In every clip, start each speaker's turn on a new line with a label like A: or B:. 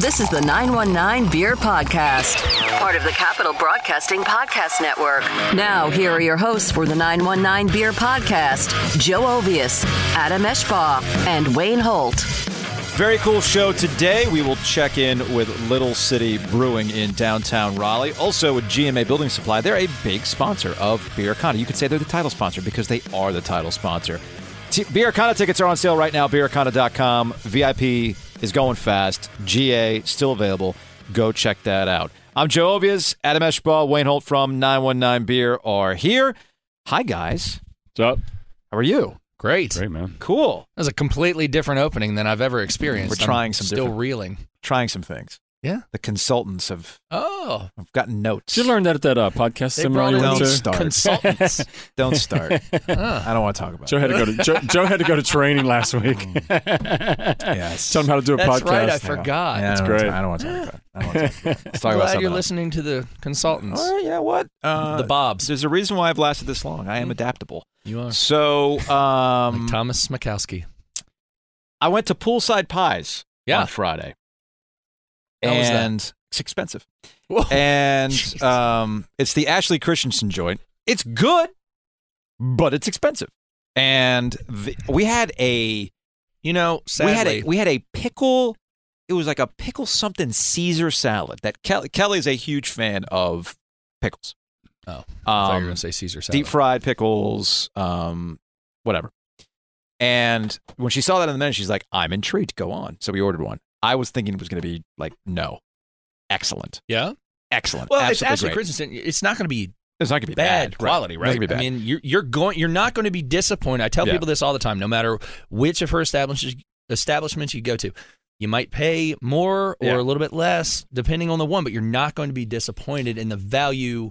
A: This is the 919 Beer Podcast, part of the Capital Broadcasting Podcast Network. Now, here are your hosts for the 919 Beer Podcast Joe Ovius, Adam Eshbaugh, and Wayne Holt.
B: Very cool show today. We will check in with Little City Brewing in downtown Raleigh. Also with GMA Building Supply, they're a big sponsor of Beercana. You could say they're the title sponsor because they are the title sponsor. T- Beercana tickets are on sale right now. Beercana.com. VIP is going fast. GA still available. Go check that out. I'm Joe Ovias. Adam Eshbaugh, Wayne Holt from 919 Beer are here. Hi guys,
C: What's up?
B: how are you?
D: Great.
C: Great, man.
B: Cool.
D: That was a completely different opening than I've ever experienced.
B: We're trying
D: I'm
B: some
D: still
B: different-
D: reeling.
B: Trying some things.
D: Yeah.
B: The consultants have,
D: Oh,
B: have gotten notes.
C: Did you learn that at that uh, podcast
D: they
C: seminar
D: brought
C: you
D: in
C: went
B: Don't
C: to?
D: these
B: start.
D: consultants.
B: Don't start.
D: Ah.
B: I don't want to talk about
C: Joe
B: it.
C: had to go to Joe, Joe had to go to training last week.
B: Yes.
C: Tell him how to do a
D: That's
C: podcast.
D: right. I
B: Yeah.
D: forgot.
B: Yeah, I
C: It's
B: don't wanna
C: great.
B: talk- I don't want to talk about it. I don't want to talk about it. Let's talk about
D: I'm glad
B: something
D: you're
B: else.
D: listening to the consultants,
B: All right, you know what? Uh,
D: the Bobs.
B: There's a reason why I've lasted this long. I am adaptable.
D: You are
B: So um,
D: like Thomas Smakowski.
B: I went to Poolside Pies
D: Yeah.
B: on Friday.
D: How was that?
B: and it's expensive.
D: Whoa.
B: And
D: Jeez.
B: um, it's the Ashley Christensen joint. It's good, but it's expensive. And the, we had a
D: You know, sadly,
B: We had a we had a pickle. It was like a pickle something Caesar salad. That Kelly, Kelly's a huge fan of pickles.
D: Oh, I I thought you were
B: um,
D: going to say Caesar salad.
B: deep fried pickles, um, whatever. And when she saw that in the menu, she's like, "I'm intrigued. Go on." So we ordered one. I was thinking it was going to be like, no, excellent,
D: yeah.
B: excellent.
D: Well, it's
B: Absolutely
D: Ashley
B: great.
D: Christensen. It's not going to be
B: It's not going to be
D: bad,
B: bad,
D: quality, right?
B: It's not gonna
D: I
B: be bad.
D: mean, you're, you're going. You're not going to be disappointed. I tell
B: Yeah.
D: people this all the time. No matter which of her establishments establishments you go to, you might pay more or
B: Yeah.
D: a little bit less depending on the one, but you're not going to be disappointed in the value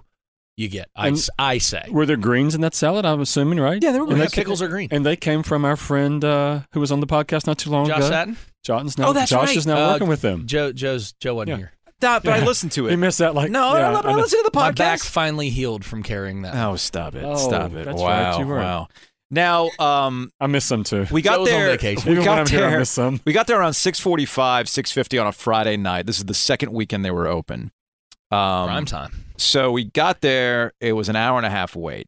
D: you get. I,
C: And-
D: s- I say.
C: Were there greens in that salad? I'm assuming, right?
B: Yeah, there were
C: And
D: The
B: greens.
C: they,
D: pickles are green.
C: and they came from our friend uh, who was on the podcast not too long
D: Josh
C: ago.
D: Satin,
C: John's now,
B: Oh, that's
C: Josh
B: right.
C: is now
D: Uh,
C: working with them.
D: Joe, Joe's Joe wasn't
C: Yeah.
D: here.
B: Nah, but I listened to
C: He
B: it.
C: missed that. Like,
B: no,
C: yeah,
B: I, I,
C: know.
B: listened to the podcast.
D: My back finally healed from carrying that.
B: Oh, stop it!
C: Oh,
B: stop it!
C: that's
B: wow,
C: right, you were.
B: wow. Now, um,
C: I miss them too.
B: we got
D: Joe's on
B: there.
D: vacation.
B: We
C: Even when I'm
B: got
C: here, I
B: there.
C: miss some.
B: We got there around six forty-five, six fifty on a Friday night. This is the second weekend they were open. Um,
D: Prime time.
B: So we got there. It was an hour and a half wait.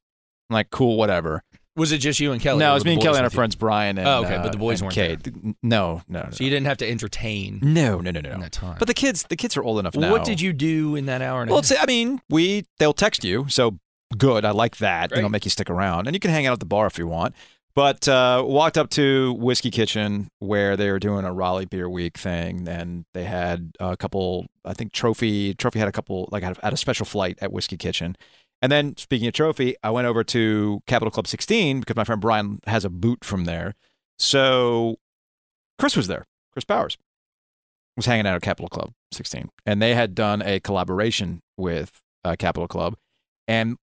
B: I'm like, cool, whatever.
D: Was it just you and Kelly?
B: no,
D: or
B: it
D: were
B: was
D: the
B: me and
D: boys
B: Kelly and our
D: with you?
B: friends Brian and
D: Oh, okay, but
B: uh,
D: the boys
B: and
D: weren't
B: Kate. No, no, no,
D: So you didn't have to entertain
B: no, no, no, no,
D: in
B: no.
D: that time.
B: But the kids, the kids are old enough now.
D: What did you do in that hour and a
B: Well,
D: half?
B: it's, I mean, we they'll text you, so good. I like that. They
D: Great.
B: don't make you stick around, and you can hang out at the bar if you want. But uh, walked up to Whiskey Kitchen where they were doing a Raleigh Beer Week thing, and they had a couple. I think Trophy Trophy had a couple like had a, had a special flight at Whiskey Kitchen. And then speaking of Trophy, I went over to Capital Club 16 because my friend Brian has a boot from there. So Chris was there. Chris Powers was hanging out at Capital Club 16, and they had done a collaboration with uh, Capital Club, and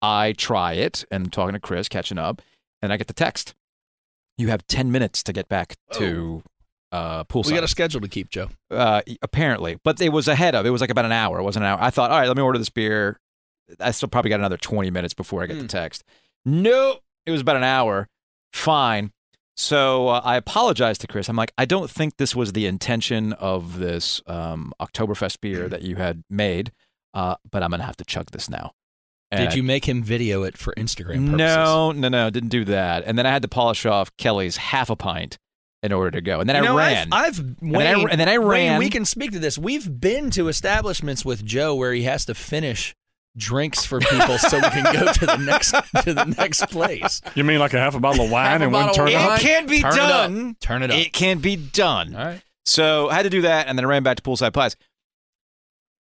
B: I try it, and I'm talking to Chris, catching up, and I get the text. You have 10 minutes to get back to uh, poolside.
D: we got a schedule to keep, Joe.
B: uh, apparently, but it was ahead of. It was like about an hour. It wasn't an hour. I thought, all right, let me order this beer. I still probably got another 20 minutes before I get the
D: Mm.
B: text. Nope. It was about an hour. Fine. So uh, I apologized to Chris. I'm like, I don't think this was the intention of this um, Oktoberfest
D: Hmm.
B: beer that you had made, uh, but I'm going to have to chug this now. And
D: Did
B: I-
D: you make him video it for Instagram purposes?
B: No, no, no. Didn't do that. And then I had to polish off Kelly's half a pint in order to go. And then
D: You
B: I
D: know,
B: ran.
D: I've, I've
B: then I-
D: Wayne-
B: and then I
D: Wayne,
B: ran.
D: we can speak to this. We've been to establishments with Joe where he has to finish drinks for people so we can go to the next to the next place.
C: You mean like a half a bottle of wine
D: Have a
C: and one
D: bottle of
C: turn
D: wine.
C: up?
B: It can be
D: Turn it up.
B: done.
D: Turn it up.
B: It can be done.
D: All right.
B: So I had to do that, and then I ran back to poolside pies.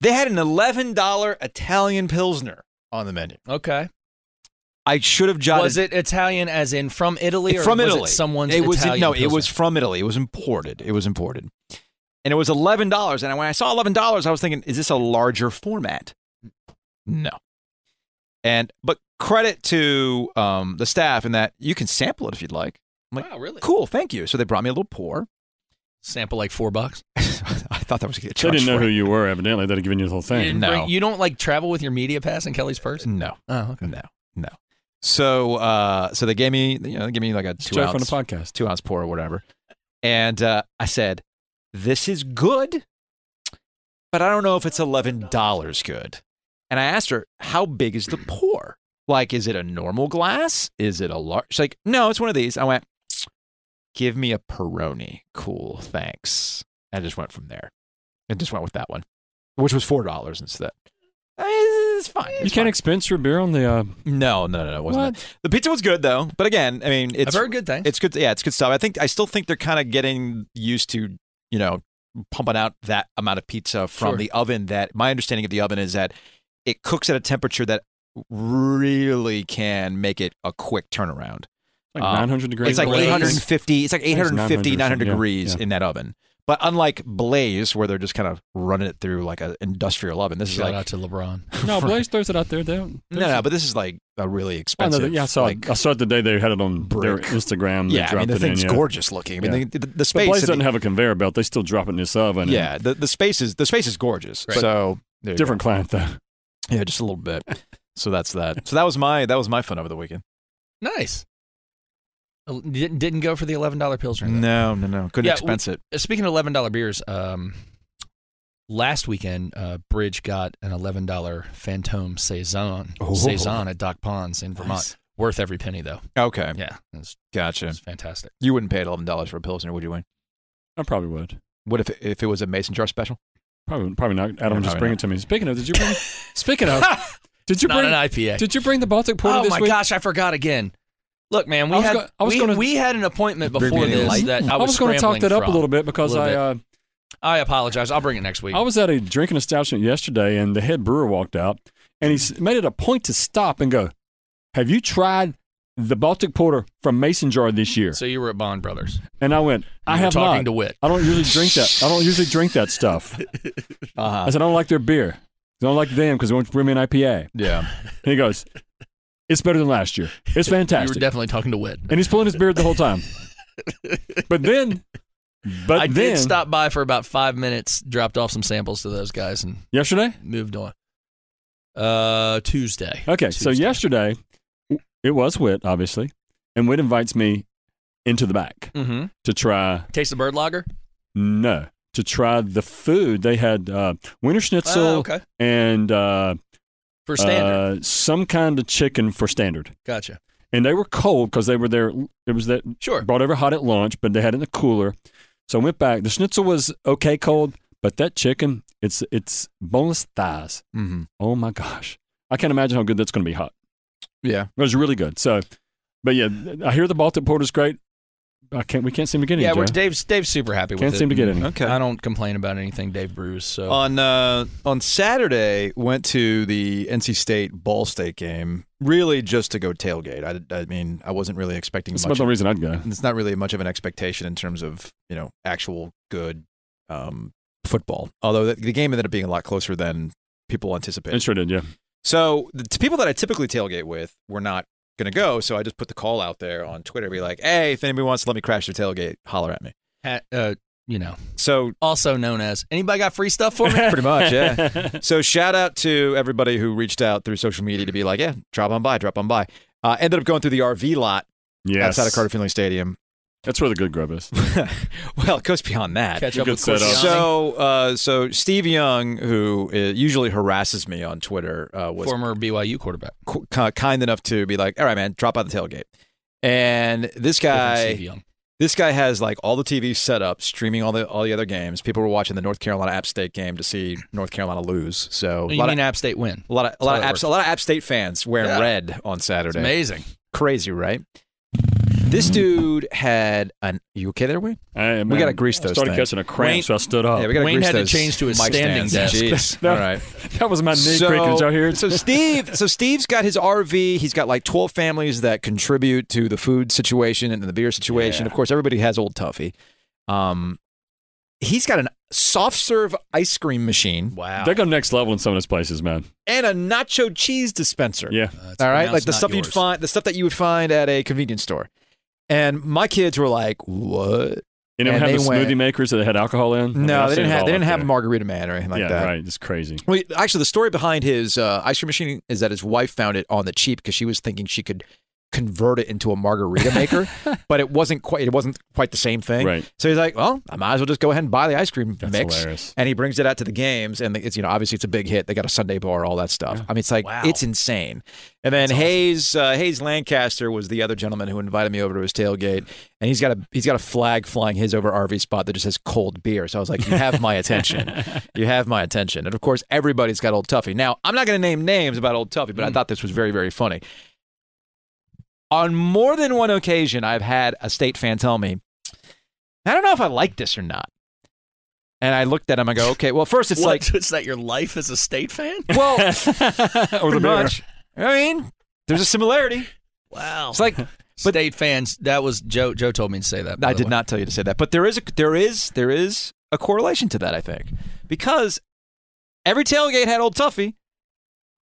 B: They had an eleven dollar Italian pilsner on the menu.
D: Okay.
B: I should have jotted.
D: Was it Italian as in from Italy or
B: from
D: was
B: Italy?
D: it someone's
B: It was
D: Italian
B: no, it
D: Pilsner?
B: was from Italy. It was imported. It was imported, and it was eleven dollars. And when I saw eleven dollars, I was thinking, is this a larger format? No. And but credit to um, the staff in that you can sample it if you'd like. like,
D: Wow, really?
B: Cool, thank you. So they brought me a little pour.
D: Sample like 4 bucks.
B: I thought that was going to
C: They didn't know who you were, evidently. They'd have given you the whole
D: You,
C: thing.
D: didn't
B: No.
D: bring- you don't like travel with your media pass in Kelly's purse?
B: No.
D: Oh, okay.
B: No, no. So, uh, so they gave me, you know, they gave me like a two
C: Joe from the
B: ounce,
C: podcast.
B: two ounce pour or whatever, and uh, I said, "This is good, but I don't know if it's eleven dollars good. And I asked her, how big is the pour? Like, is it a normal glass? Is it a large? She's like, no, it's one of these. I went, give me a Peroni. Cool, thanks. And I just went from there. And just went with that one, which was four dollars instead. I mean, It's fine.
C: You
B: It's
C: can't
B: fine.
C: expense your beer on the. Uh,
B: no, no, no, no, it wasn't. that. The pizza was good though, but again, I mean, it's
D: I've heard good things.
B: it's good. Yeah, it's good stuff. I think I still think they're kind of getting used to, you know, pumping out that amount of pizza from
D: Sure.
B: the oven. That my understanding of the oven is that it cooks at a temperature that really can make it a quick turnaround.
C: like
B: Uh,
C: 900 degrees.
B: it's like
D: Blaze.
B: 850. It's like
C: it's
B: 850,
C: 900
B: 900
C: yeah,
B: degrees
C: yeah.
B: in that oven. But unlike Blaze, where they're just kind of running it through like an industrial oven, this is
D: Shout
B: like
D: out to LeBron.
C: No, Blaze throws it out there. They don't,
B: no, no. But this is like a really
C: I know
B: expensive.
C: that- yeah, I saw,
B: like,
C: it. I saw it the day they had it on
B: brick.
C: their Instagram. They
B: yeah, I mean
C: dropped
B: the
C: it in,
B: thing's
C: yeah.
B: gorgeous looking. I mean
C: Yeah.
B: the, the, the
C: But
B: space.
C: Blaze
B: and the-
C: doesn't have a conveyor belt. They still drop it in this oven. and
B: Yeah, the, the space is the space is gorgeous.
D: Right.
B: So there you go.
C: Different client though.
B: yeah, just a little bit. So that's that. So that was my that was my fun over the weekend.
D: Nice. Uh, Didn't didn't go for the eleven dollar pilsner. though.
B: No, no, no. Couldn't
D: Yeah,
B: expense it.
D: Uh, Speaking of eleven dollar beers, um, last weekend uh, Bridge got an eleven dollar Fantôme saison
B: Oh.
D: saison at Doc Pond's in Vermont.
B: Nice.
D: Worth every penny though.
B: Okay,
D: Yeah, it was, it
B: gotcha.
D: was fantastic.
B: You wouldn't pay eleven dollars for a pilsner, would you, Wayne?
C: I probably would.
B: What if if it was a mason jar special?
C: Probably, probably not.
B: Yeah,
C: Adam, just
B: probably
C: bring
B: not.
C: it to me. Speaking of, did you bring? speaking of, did you
D: Not
C: bring?
D: an IPA.
C: Did you bring the Baltic Porter
D: oh
C: this
D: my
C: week?
D: gosh, I forgot again. Look, man,
C: I
D: we
C: was
D: had
C: go- I was
D: we,
C: gonna-
D: we had an appointment
B: Bring me
D: before
B: any
D: this
B: light?
D: that I
C: Mm-hmm. I
D: was,
C: was going to talk that up a little bit because
D: little
C: I
D: bit.
C: uh,
D: I apologize. I'll bring it next week.
C: I was at a drinking establishment yesterday, and the head brewer walked out, and he s- made it a point to stop and go, "Have you tried the Baltic Porter from Mason Jar this year?"
D: so you were at Bond Brothers.
C: And I went, "I
D: were
C: have
D: talking
C: not.
D: to Whit.
C: I don't usually drink that. I don't usually drink that stuff." I
B: Uh huh.
C: said, "I don't like their beer. I don't like them because they won't bring me an IPA."
B: Yeah.
C: And he goes, "It's better than last year. It's
D: You were
C: fantastic."
D: definitely talking to Whit.
C: and he's pulling his beard the whole time. But then, but
D: I
C: then
D: did stop by for about five minutes, dropped off some samples to those guys, and
C: yesterday.
D: moved on. Uh, Tuesday.
C: Okay, so
D: Tuesday.
C: yesterday it was Whit, obviously, and Whit invites me into the back
D: Mm-hmm.
C: to try
D: Taste the bird lager.
C: no to try the food they had uh, winter schnitzel
D: Ah, okay.
C: and uh,
D: For standard.
C: uh, some kind of chicken for standard,
D: gotcha.
C: and they were cold because they were there. It was that
D: Sure.
C: brought over hot at lunch, but they had it in the cooler. So I went back. The schnitzel was okay cold, but that chicken, it's it's boneless thighs.
B: Mm-hmm.
C: Oh my gosh. I can't imagine how good that's going to be hot.
B: Yeah.
C: It was really good. So, but yeah, I hear the Baltic Porter's great. I can't. We can't seem to get any.
D: Yeah,
C: Joe.
D: we're, Dave's Dave's super happy with
C: can't
D: it. Mm-hmm.
C: seem to get any.
B: Okay.
D: I don't complain about anything Dave brews. So
B: on uh, on Saturday, went to the NC State Ball State game, really just to go tailgate. I, I mean, I wasn't really expecting
C: That's about
B: much.
C: the reason I'd go.
B: it's not really much of an expectation in terms of you know actual good um, football. Although the, the game ended up being a lot closer than people
C: It
B: anticipated.
C: sure did. Yeah.
B: So the t- people that I typically tailgate with were not going to go. So I just put the call out there on Twitter, be like, "Hey, if anybody wants to let me crash their tailgate, holler at me."
D: Ha- uh, you know,
B: So
D: also known as anybody got free stuff for me?
B: pretty much, yeah. So shout out to everybody who reached out through social media to be like, "Yeah, drop on by, drop on by." Uh, ended up going through the RV lot
C: Yes.
B: outside of Carter Finley Stadium.
C: That's where the good grub is.
B: well, it goes beyond that.
D: Catch
C: You
D: up
C: could
D: with
C: set
D: Corsiani.
C: up.
B: So, uh, so Steve Young, who uh, usually harasses me on Twitter, uh, was
D: former BYU quarterback.
B: qu- ki- kind enough to be like, "All right, man, drop out the tailgate." And this
D: Different
B: guy,
D: CV Young.
B: this guy has like all the TV set up, streaming all the all the other games. People were watching the North Carolina App State game to see North Carolina lose. So a
D: You
B: lot
D: mean
B: of
D: App State win?
B: a lot of a lot of,
D: That's
B: App, a lot of App State fans wearing
D: Yeah.
B: red on
D: It's
B: Saturday.
D: amazing. Mm-hmm.
B: Crazy, right? This dude had an. You okay there, Wayne?
C: I,
B: We
C: man,
B: gotta grease those
C: I started
B: things.
C: catching a cramp,
B: Wayne-
C: so I stood up.
B: yeah, we got
D: Oh, Wayne had to change to a standing
B: Jeez.
C: No.
B: All right.
C: that was my knee creaking. Did y'all hear it?
B: so Steve, so Steve's got his RV. He's got like twelve families that contribute to the food situation and the beer situation.
C: Yeah.
B: Of course, everybody has Old Toffee. Um, he's got a soft serve ice cream machine
D: Wow.
C: They go next level in some of those places, man.
B: and a nacho cheese dispenser.
C: Yeah.
D: That's
B: all right, like
D: pronounced
B: the
D: not
B: stuff you'd
D: yours.
B: find, the stuff that you would find at a convenience store. And my kids were like, "What?
C: You never
B: And
C: have the
B: they went-
C: smoothie makers that had alcohol in? I mean,
B: No,
C: I've
B: they
C: seen
B: didn't
C: it
B: have.
C: all
B: They
C: up
B: didn't have
C: there.
B: Margarita Man or anything like
C: yeah,
B: that.
C: right. It's crazy.
B: Well, actually, the story behind his uh, ice cream machine is that his wife found it on the cheap because she was thinking she could convert it into a margarita maker, but it wasn't quite it wasn't quite the same thing.
C: Right.
B: So he's like, well, I might as well just go ahead and buy the ice cream
C: That's
B: mix.
C: hilarious.
B: And he brings it out to the games, and it's you know obviously it's a big hit. They got a Sunday bar, all that stuff. I mean, it's like
D: Wow.
B: it's insane. And then Hayes uh, Hayes Lancaster was the other gentleman who invited me over to his tailgate, and he's got a he's got a flag flying his over RV spot that just says cold beer. So I was like, you have my attention, you have my attention. And of course, everybody's got Old Tuffy. Now I'm not going to name names about Old Tuffy, but I thought this was very very funny. On more than one occasion, I've had a state fan tell me, I don't know if I like this or not. And I looked at him. I go, okay. Well, first it's
D: What?
B: like,
D: it's not your life as a state fan?
B: well,
C: or the
B: pretty
C: beer.
B: much. I mean, there's a similarity.
D: Wow.
B: It's like
D: state fans. That was Joe. Joe told me to say that. by
B: I
D: the
B: did
D: way.
B: not tell you to say that, but there is a there is there is a correlation to that. I think because every tailgate had Old Tuffy.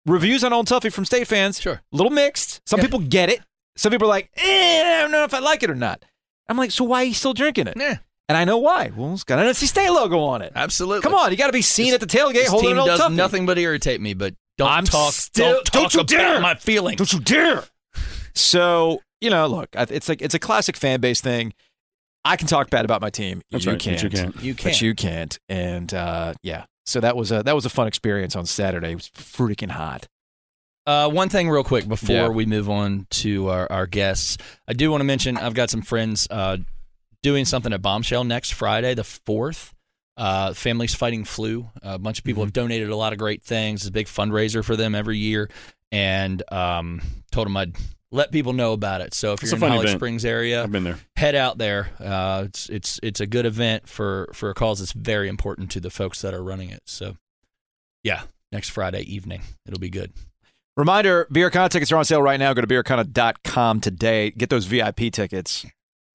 B: Reviews on Old Tuffy from state fans,
D: Sure.
B: a little mixed. Some people get it. Some people are like, eh, I don't know if I like it or not. I'm like, so why are you still drinking it?
D: Yeah,
B: And I know why. Well, it's got an NC State logo on it.
D: absolutely.
B: Come on, you got to be seen
D: This-
B: at the tailgate
D: This
B: holding
D: team
B: an Old
D: does
B: Tuffy.
D: nothing but irritate me. But don't
B: I'm
D: talk.
B: still-
D: don't talk
B: don't you
D: about
B: dare!
D: my feelings.
B: Don't you dare! so you know, look, I- it's like it's a classic fan base thing. I can talk bad about my team.
C: That's
B: you
C: right,
B: can't.
C: but you can't.
D: You can't.
B: But you can't. And uh, yeah, so that was a that was a fun experience on Saturday. It was freaking hot.
D: Uh, one thing, real quick, before
B: Yeah.
D: we move on to our, our guests, I do want to mention I've got some friends uh, doing something at Bombshell next Friday, the fourth. Uh, families fighting flu. Uh, a bunch of people
C: Mm-hmm.
D: have donated a lot of great things. It's a big fundraiser for them every year, and um, told them I'd let people know about it. So if
C: It's
D: you're
C: a
D: in
C: fun
D: Holly
C: event.
D: Springs area,
C: I've been there.
D: head out there. Uh, it's it's it's a good event for for a cause that's very important to the folks that are running it. So, yeah, next Friday evening, it'll be good.
B: Reminder: BeerCon tickets are on sale right now. Go to beercon.com today. Get those VIP tickets.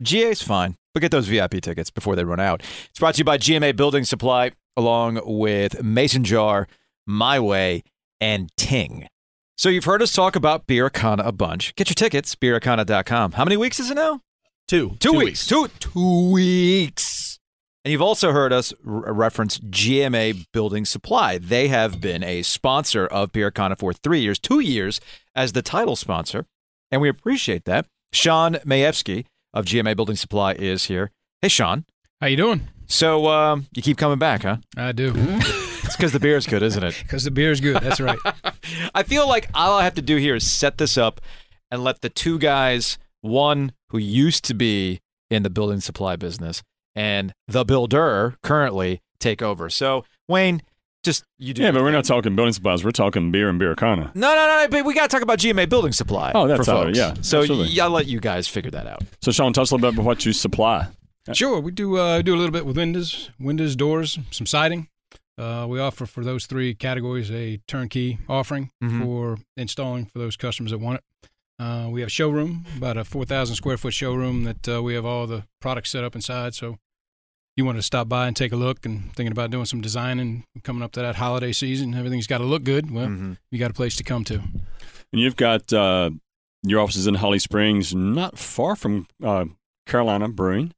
B: GA's fine, but get those VIP tickets before they run out. It's brought to you by GMA Building Supply, along with Mason Jar, My Way, and Ting. So you've heard us talk about BeerCon a bunch. Get your tickets, beercon.com. How many weeks is it now?
D: Two.
B: two, weeks. Two two weeks. And you've also heard us r- reference GMA Building Supply. They have been a sponsor of BeerCon for three years, two years as the title sponsor, and we appreciate that. Sean Mayevsky of GMA Building Supply is here. Hey, Sean.
E: How you doing?
B: So um, you keep coming back, huh?
E: I
C: Mm-hmm.
E: do.
B: It's because the beer is good, isn't it?
E: Because the beer's good. That's right.
B: I feel like all I have to do here is set this up and let the two guys, one who used to be in the building supply business and the builder currently take over. So, Wayne, just you do.
C: Yeah, but we're not talking building supplies. We're talking beer and beer kana.
B: No, no, no, but we got to talk about GMA building supply.
C: Oh, that's
B: for
C: all right,
B: folks.
C: yeah,
B: So
C: absolutely.
B: y- I'll let you guys figure that out.
C: So, Sean, tell us a little bit about what you supply.
E: Sure, we do uh, do a little bit with windows, windows, doors, some siding. Uh, we offer for those three categories a turnkey offering
C: Mm-hmm.
B: Mhm.
E: for installing for those customers that want it. Uh, we have a showroom, about a 4,000 square foot showroom that uh, we have all the products set up inside. So you want to stop by and take a look and thinking about doing some designing coming up to that holiday season, everything's got to look good. Well,
C: Mm.
B: Mm-hmm.
E: you got a place to come to.
C: And you've got uh, your offices in Holly Springs, not far from uh, Carolina Brewing.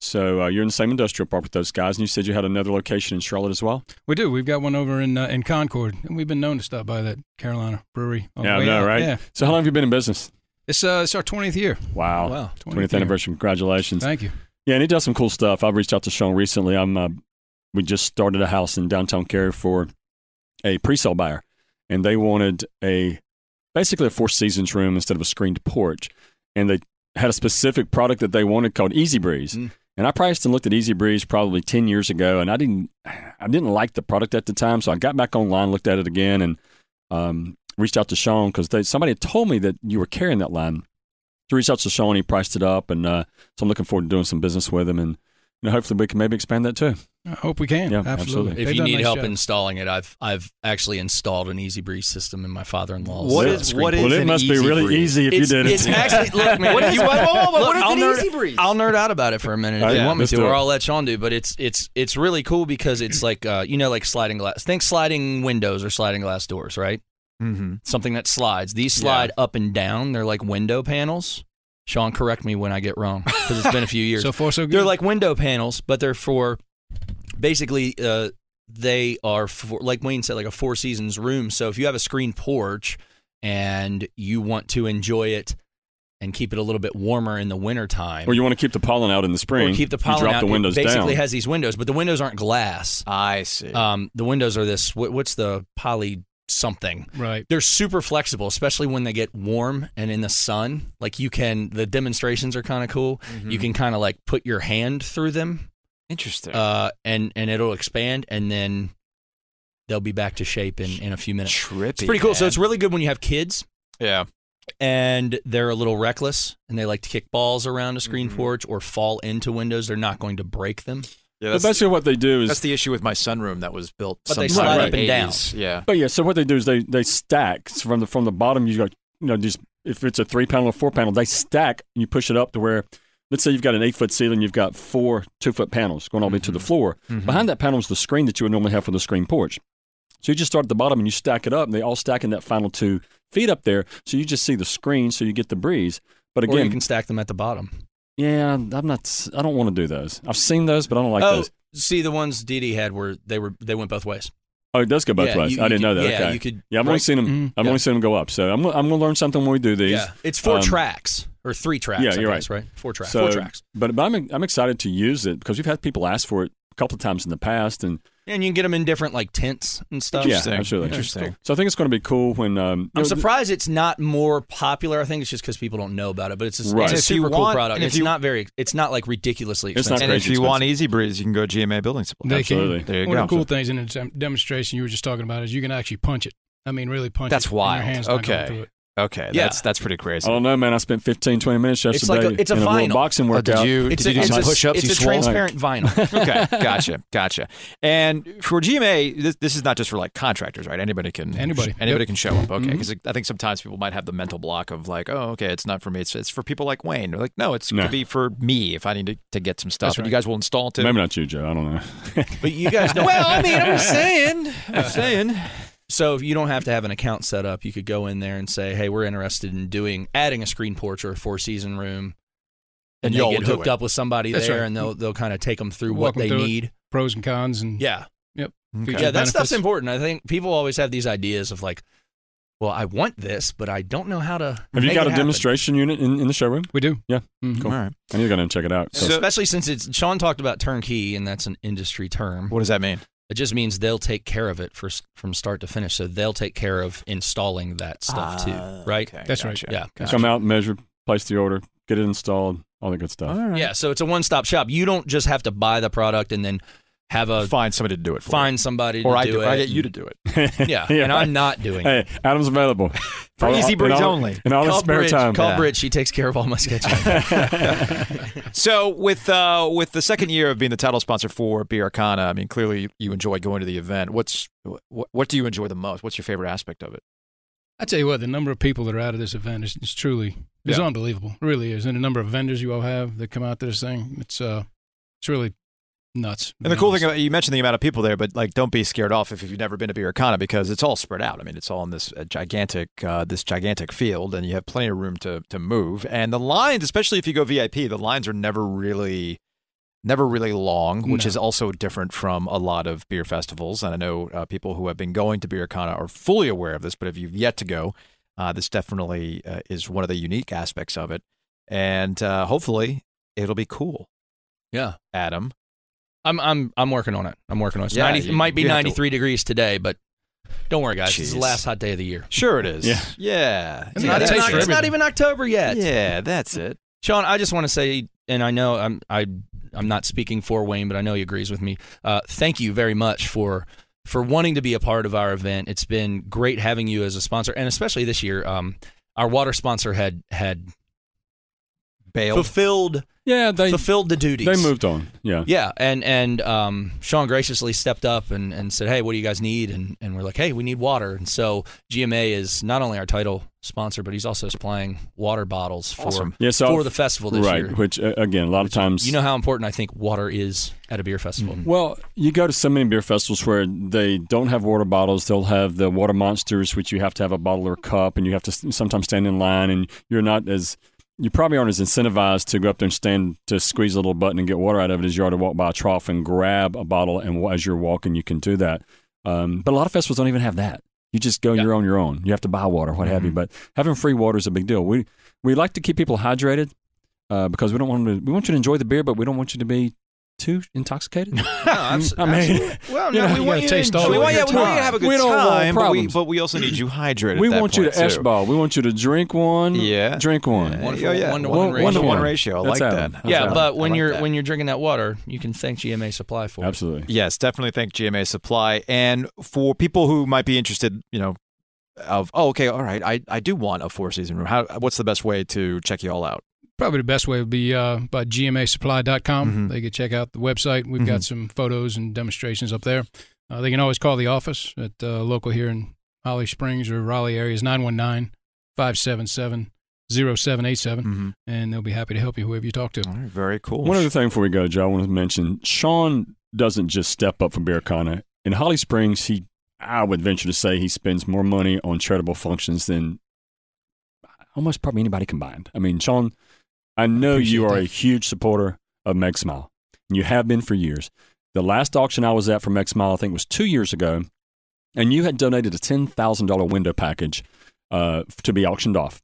C: So uh, you're in the same industrial park with those guys, and you said you had another location in Charlotte as well.
E: We do. We've got one over in uh, in Concord, and we've been known to stop by that Carolina brewery. on the
C: yeah, I
E: way
C: know,
E: out.
C: right?
E: Oh, Yeah,
C: So how long have you been in business?
E: it's uh, it's our twentieth year.
C: Wow,
D: Wow.
C: 20th
E: year.
C: anniversary, congratulations!
E: Thank you.
C: Yeah, and he does some cool stuff. I've reached out to Sean recently. I'm uh, we just started a house in downtown Cary for a pre-sale buyer, and they wanted a basically a Four Seasons room instead of a screened porch, and they had a specific product that they wanted called Easy Breeze.
D: Mm.
C: And I priced and looked at Easy Breeze probably ten years ago, and I didn't I didn't like the product at the time, so I got back online, looked at it again, and um, reached out to Sean because somebody had told me that you were carrying that line. So I reached out to Sean, he priced it up, and uh, so I'm looking forward to doing some business with him, and you know, hopefully we can maybe expand that too.
E: I hope we can.
C: Yeah, absolutely.
E: absolutely.
D: If
E: They've
D: you
E: done a
D: need
E: nice
D: help
E: job.
D: installing it, I've I've actually installed an Easy Breeze system in my father-in-law's.
B: What
D: uh,
B: is-
D: screen.
B: what is-
C: well, it
B: an
C: must be
B: easy
C: really
B: breeze.
C: easy if
D: It's,
C: you did it.
D: it's actually look, man.
B: What is- whoa, whoa, whoa, what
D: look,
B: is
D: I'll
B: an
D: nerd,
B: Easy Breeze?
D: I'll nerd out about it for a minute if
C: All right,
D: you want me
C: let's
D: to,
C: do
D: or
C: it.
D: I'll let Sean do. But it's it's it's really cool because it's like uh, you know, like sliding glass. Think sliding windows or sliding glass doors, right?
B: Mm-hmm.
D: Something that slides. These slide up and down. They're like window panels. Sean, correct me when I get wrong because it's been a few years.
E: So far, so good.
D: They're like window panels, but they're for basically uh, they are for like Wayne said, like a Four Seasons room. So if you have a screened porch and you want to enjoy it and keep it a little bit warmer in the wintertime.
C: Or you want to keep the pollen out in the spring.
D: keep the pollen
C: you drop
D: out.
C: the windows
D: it basically
C: down.
D: has these windows, but the windows aren't glass.
B: I see.
D: Um, the windows are this. What, what's the poly something?
E: Right.
D: They're super flexible, especially when they get warm and in the sun. Like you can, the demonstrations are kind of cool.
C: Mm-hmm.
D: You can kind of like put your hand through them,
B: Interesting.
D: uh, and and it'll expand, and then they'll be back to shape in in a few minutes.
B: Trippy.
D: It's pretty cool. So
B: man.
D: it's really good when you have kids
B: yeah.
D: and they're a little reckless and they like to kick balls around a screen
C: Mm-hmm.
B: Mhm.
D: porch or fall into windows. They're not going to break them.
B: Yeah.
C: But
B: That's,
C: basically, what they do is
B: that's the issue with my sunroom that was built.
D: But they
B: sometime
C: slide
B: in
C: up
B: the
D: and down.
B: 80s. Yeah.
C: But Oh, yeah, so what they do is they they stack So from the from the bottom. You got you know just if it's a three panel or four panel, they stack and you push it up to where let's say you've got an eight foot ceiling, you've got four two foot panels going all the way to
D: Mm-hmm.
C: the floor. Behind that panel is the screen that you would normally have for the screen porch. So you just start at the bottom and you stack it up, and they all stack in that final two feet up there. So you just see the screen, so you get the breeze. But
D: or you
C: again,
D: can stack them at the bottom.
C: yeah, I'm not. I don't want to do those. I've seen those, but I don't like
D: oh,
C: those.
D: see the ones Dee Dee had were they were they went both ways.
C: Oh, it does go both
D: Yeah,
C: ways.
D: you-
C: I
D: you
C: didn't know
D: could-
C: that.
D: yeah,
C: okay,
D: you could
C: yeah, I've only
D: break- Mm-hmm.
C: seen them.
E: Mhm.
C: I've
D: Yeah.
C: only seen them go up. So I'm gonna, I'm gonna learn something when we do these.
D: Yeah, it's four
C: um,
D: tracks or three tracks.
C: Yeah,
D: I
C: you're
D: guess, right. Four tracks.
C: So,
D: four tracks.
C: But, but I'm I'm excited to use it because we've had people ask for it a couple of times in the past, and
D: And you can get them in different like tents and stuff.
C: yeah,
B: Interesting.
C: absolutely.
B: Interesting.
C: So I think it's going to be cool when um. you know,
D: I'm surprised it's not more popular. I think it's just because people don't know about it, but it's, just,
C: Right.
D: it's a
C: And
B: if you
D: super cool
B: want-
D: product.
B: and if
D: It's
B: you-
D: not very. It's not like ridiculously
C: It's
D: expensive.
C: not
B: And if
C: crazy
B: you want
C: expensive.
B: Easy Breeze, you can go to GMA Building Supply.
E: They
C: Absolutely.
E: Can,
B: There you
E: one of the
B: go.
E: cool things in the dem- demonstration you were just talking about is you can actually punch it. I mean, really punch
B: That's
E: it. and
B: wild.
E: Your hand's not going
B: Okay.
E: through it.
B: Okay.
D: Yeah.
B: That's that's pretty
C: I
B: crazy.
C: don't know, man. I spent 15, 20 minutes yesterday
D: It's like a- it's a
C: in a little
D: vinyl.
C: boxing
B: Or
C: workout.
B: Oh, did you
D: It's
B: did
D: a,
B: you do
D: it's
B: some
D: a,
B: push-ups?
D: It's
B: you
D: a
B: swole?
D: transparent vinyl.
B: okay, gotcha, gotcha. And for GMA, this, this is not just for like contractors, right? Anybody can
E: Anybody.
B: anybody
E: Yep.
B: can show up.
D: Mm-hmm.
B: Okay, because I think sometimes people might have the mental block of like, oh, okay, it's not for me. It's it's for people like Wayne. They're like, no, it's
C: No.
B: could be for me if I need to, to get some stuff.
E: That's
B: And you
E: right.
B: guys will install it. Too.
C: Maybe not you, Joe. I don't know.
D: But you guys don't.
B: Well, I mean, I'm just saying. I'm just saying.
D: so if you don't have to have an account set up, you could go in there and say, "Hey, we're interested in doing adding a screen porch or a four season room,"
B: And
D: and, they
B: y'all
D: get
B: will do
D: hooked
B: it.
D: up with somebody
E: That's
D: there,
E: right.
D: and they'll they'll kind of take them through what
E: Walk 'em
D: they
E: through it.
D: need.
E: Pros and cons and
D: Yeah,
E: Future
D: yeah, that
E: benefits.
D: stuff's important. I think people always have these ideas of like, "Well, I want this, but I don't know how to."
C: Have you
D: make
C: got
D: it
C: a
D: happen."
C: demonstration unit in, in the showroom?
E: we do.
C: Yeah.
E: Mhm.
C: Cool.
B: All right.
C: I need to go down and check it out. So,
B: So-
D: Especially since it's Sean talked about turnkey, and that's an industry term.
B: What does that mean?
D: It just means they'll take care of it for, s- from start to finish. So they'll take care of installing that stuff too, right?
B: Ah, Okay,
E: That's right.
B: gotcha.
D: Yeah.
B: Gotcha.
C: come out, measure, place the order, get it installed, all that good stuff.
B: All right.
D: Yeah, so it's a one-stop shop. You don't just have to buy the product and then have a
B: Find somebody to do it for.
D: Uh, find somebody
B: you. Or
D: to
B: I
D: do
B: do.
D: it.
B: I get you to do it.
D: yeah,
C: Yeah,
D: and
C: right.
D: I'm not doing it.
C: Hey, Adam's available
B: For
C: All-
B: Easy
C: in
B: Breeze
C: all-
B: only.
C: In all his
D: call
C: spare
D: Bridge.
C: time.
D: Call
B: Yeah.
D: Bridge. She takes care of all my scheduling.
B: So with uh, with the second year of being the title sponsor for Beer Arcana, I mean, clearly you enjoy going to the event. What's what, what do you enjoy the most? What's your favorite aspect of it?
E: I tell you what, the number of people that are out of this event is, is truly is
B: Yeah.
E: unbelievable. It really is, and the number of vendors you all have that come out to this thing, it's uh, it's really nuts. to
B: And the
E: be
B: cool
E: honest.
B: thing about you mentioned the amount of people there, but like, don't be scared off if you've never been to Beer Arcana because it's all spread out. I mean, it's all in this uh, gigantic uh, this gigantic field, and you have plenty of room to to move. And the lines, especially if you go VIP, the lines are never really never really long, which
E: No.
B: is also different from a lot of beer festivals. And I know uh, people who have been going to Beer Arcana are fully aware of this, but if you've yet to go, uh, this definitely uh, is one of the unique aspects of it. And uh, hopefully, it'll be cool,
D: yeah,
B: Adam.
D: I'm I'm I'm working on it. I'm working on it. It's
B: Yeah,
D: 90
B: you-
D: it might be
B: you have to-
D: 93 degrees today, but don't worry, guys. It's
B: Jeez.
D: the last hot day of the year.
B: Sure, it is.
C: Yeah.
B: yeah.
E: It's
D: It's,
B: Yeah,
D: not,
E: that
D: it's
E: tastes
D: not-
E: for
D: it's not
E: everything.
D: even October yet.
B: Yeah, Mm. that's it.
D: Sean, I just want to say, and I know I'm I I'm not speaking for Wayne, but I know he agrees with me. Uh, thank you very much for for wanting to be a part of our event. It's been great having you as a sponsor, and especially this year, um, our water sponsor had had
B: Bail.
D: fulfilled
C: yeah, they
D: fulfilled the duties.
C: they moved on. Yeah.
D: Yeah, and and um, Sean graciously stepped up and, and said, "Hey, what do you guys need?" And and we're like, "Hey, we need water." And so GMA is not only our title sponsor, but he's also supplying water bottles for
B: Awesome.
C: Yeah, so
D: for
C: I've-
D: the festival this
C: right,
D: year.
C: which uh, again, a lot of times
D: You know how important I think water is at a beer festival.
C: Well, you go to so many beer festivals where they don't have water bottles. They'll have the water monsters, which you have to have a bottle or a cup, and you have to s- sometimes stand in line, and you're not as you probably aren't as incentivized to go up there and stand to squeeze a little button and get water out of it as you are to walk by a trough and grab a bottle. And wa- as you're walking, you can do that. Um, but a lot of festivals don't even have that. You just go
D: Yeah.
C: you're on your own. You have to buy water, what have you. But having free water is a big deal. We we like to keep people hydrated uh, because we don't want them to, we want you to enjoy the beer, but we don't want you to be too intoxicated.
B: abs-
C: I mean,
B: Well,
C: You
B: no,
C: know,
B: we want
E: you gotta
B: you to
E: taste all
B: enjoy. We
E: of
B: want,
E: it.
B: yeah, we want you to have a good
C: We don't want
B: time, but we,
C: problems.
B: but we also need you hydrated.
C: we
B: at that
C: want you
B: point,
C: to
B: too.
C: esh ball. We want you to drink one,
B: Yeah.
C: drink one.
B: Yeah,
D: One for
B: yeah, Oh, yeah.
D: one to
C: one
B: one to one
C: ratio.
B: ratio. I
C: That's
B: like
C: Adam.
B: that.
C: That's
D: Yeah,
C: Adam.
D: but
B: I
D: when
B: like
D: you're
B: that.
D: when you're drinking that water, you can thank GMA Supply for it.
C: Absolutely.
B: Yes, definitely thank GMA Supply. And for people who might be interested, you know, of oh, okay, all right, I, I do want a four season room. How what's the best way to check you all out?
E: Probably the best way would be uh, by
B: Mhm.
E: gmasupply.com. They could check out the website. We've got some photos and demonstrations up there. Uh, they can always call the office at uh, local here in Holly Springs or Raleigh areas, 919 577 0787,
B: Mm-hmm.
E: and they'll be happy to help you, whoever you talk to.
B: right, very cool.
C: One other thing before we go, Joe, I want to mention Sean doesn't just step up from Beercana. In Holly Springs, he I would venture to say he spends more money on charitable functions than almost probably anybody combined. I mean, Sean, I know you
E: Appreciate
C: are
E: that.
C: a huge supporter of Meg Smile. And you have been for years. The last auction I was at for Meg Smile, I think, was two years ago, and you had donated a ten thousand dollar window package uh, to be auctioned off.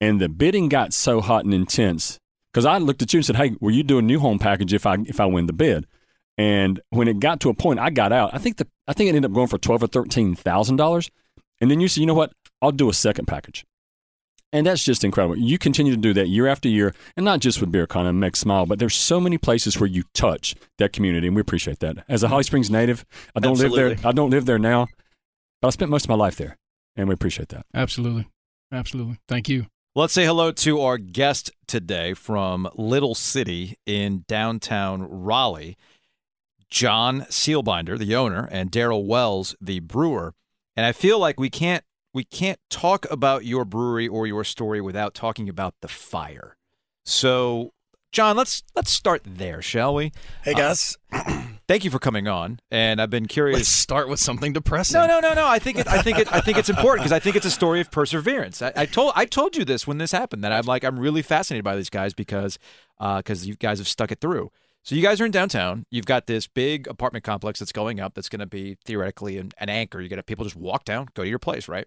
C: And the bidding got so hot and intense because I looked at you and said, "Hey, will you do a new home package if I if I win the bid?" And when it got to a point, I got out. I think the I think it ended up going for twelve or thirteen thousand dollars. And then you said, "You know what? I'll do a second package." And that's just incredible. You continue to do that year after year, and not just with BeerCon and Meg Smile, but there's so many places where you touch that community, and we appreciate that. As a Holly Springs native, I don't live there.
D: Absolutely.
C: I don't live there now, but I spent most of my life there, and we appreciate that.
E: Absolutely. Absolutely. Thank you.
B: Let's say hello to our guest today from Little City in downtown Raleigh, John Sealbinder, the owner, and Daryl Wells, the brewer. And I feel like we can't we can't talk about your brewery or your story without talking about the fire. So, John, let's let's start there, shall we?
F: Hey
B: Uh,
F: guys,
B: Thank you for coming on, and I've been
F: let's
B: curious.
F: start with something depressing.
B: No, no, no, no. I think it, I think it, I think it's important because I think it's a story of perseverance. I, I told I told you this when this happened that I'm like I'm really fascinated by these guys because because you guys have stuck it through. So you guys are in downtown. You've got this big apartment complex that's going up. That's going to be theoretically an, an anchor. You're going to have people just walk down, go to your place, right?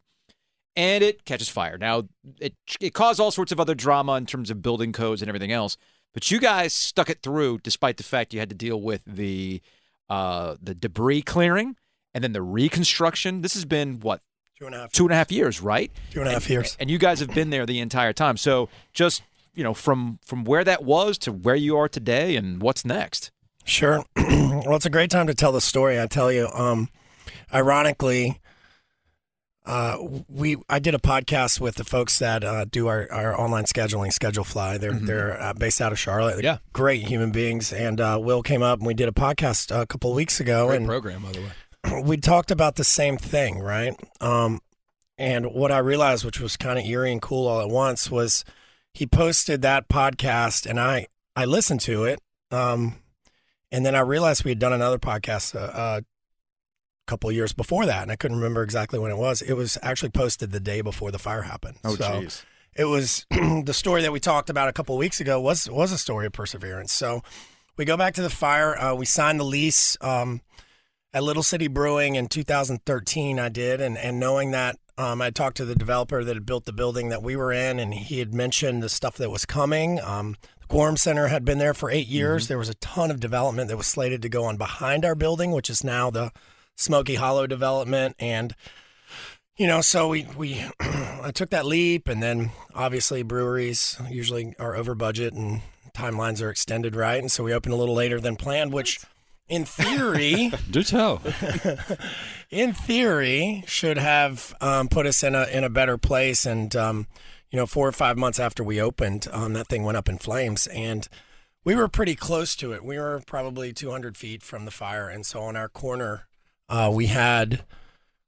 B: And it catches fire. Now it it caused all sorts of other drama in terms of building codes and everything else. But you guys stuck it through despite the fact you had to deal with the uh, the debris clearing and then the reconstruction. This has been what
F: Two and a half,
B: two and a half years, right?
F: two and a half years.
B: And you guys have been there the entire time. So just you know from from where that was to where you are today and what's next.
F: Sure. well, it's a great time to tell the story. I tell you, um, ironically, uh, we I did a podcast with the folks that uh, do our, our online scheduling, Schedule Fly. They're they're uh, based out of Charlotte. They're
D: Mm-hmm. Yeah.
F: great human beings. And uh, Will came up and we did a podcast a couple of weeks ago.
D: Great
F: and
D: program, by the way.
F: we talked about the same thing, right? Um, and what I realized, which was kind of eerie and cool all at once, was he posted that podcast, and I I listened to it, um, and then I realized we had done another podcast a, a couple of years before that, and I couldn't remember exactly when it was. It was actually posted the day before the fire happened.
B: Oh,
F: so
B: jeez.
F: it was the story that we talked about a couple of weeks ago was was a story of perseverance. So we go back to the fire. Uh, we signed the lease um, at Little City Brewing in 2013. I did, and and knowing that. Um, I talked to the developer that had built the building that we were in, and he had mentioned the stuff that was coming. Um, the Quorum Center had been there for eight years. There was a ton of development that was slated to go on behind our building, which is now the Smoky Hollow development. And you know so we we i took that leap and then obviously breweries usually are over budget and timelines are extended right and so we opened a little later than planned which in theory
C: Do tell.
F: in theory should have um, put us in a in a better place and um, you know four or five months after we opened um, that thing went up in flames and we were pretty close to it we were probably 200 feet from the fire and so on our corner uh, we had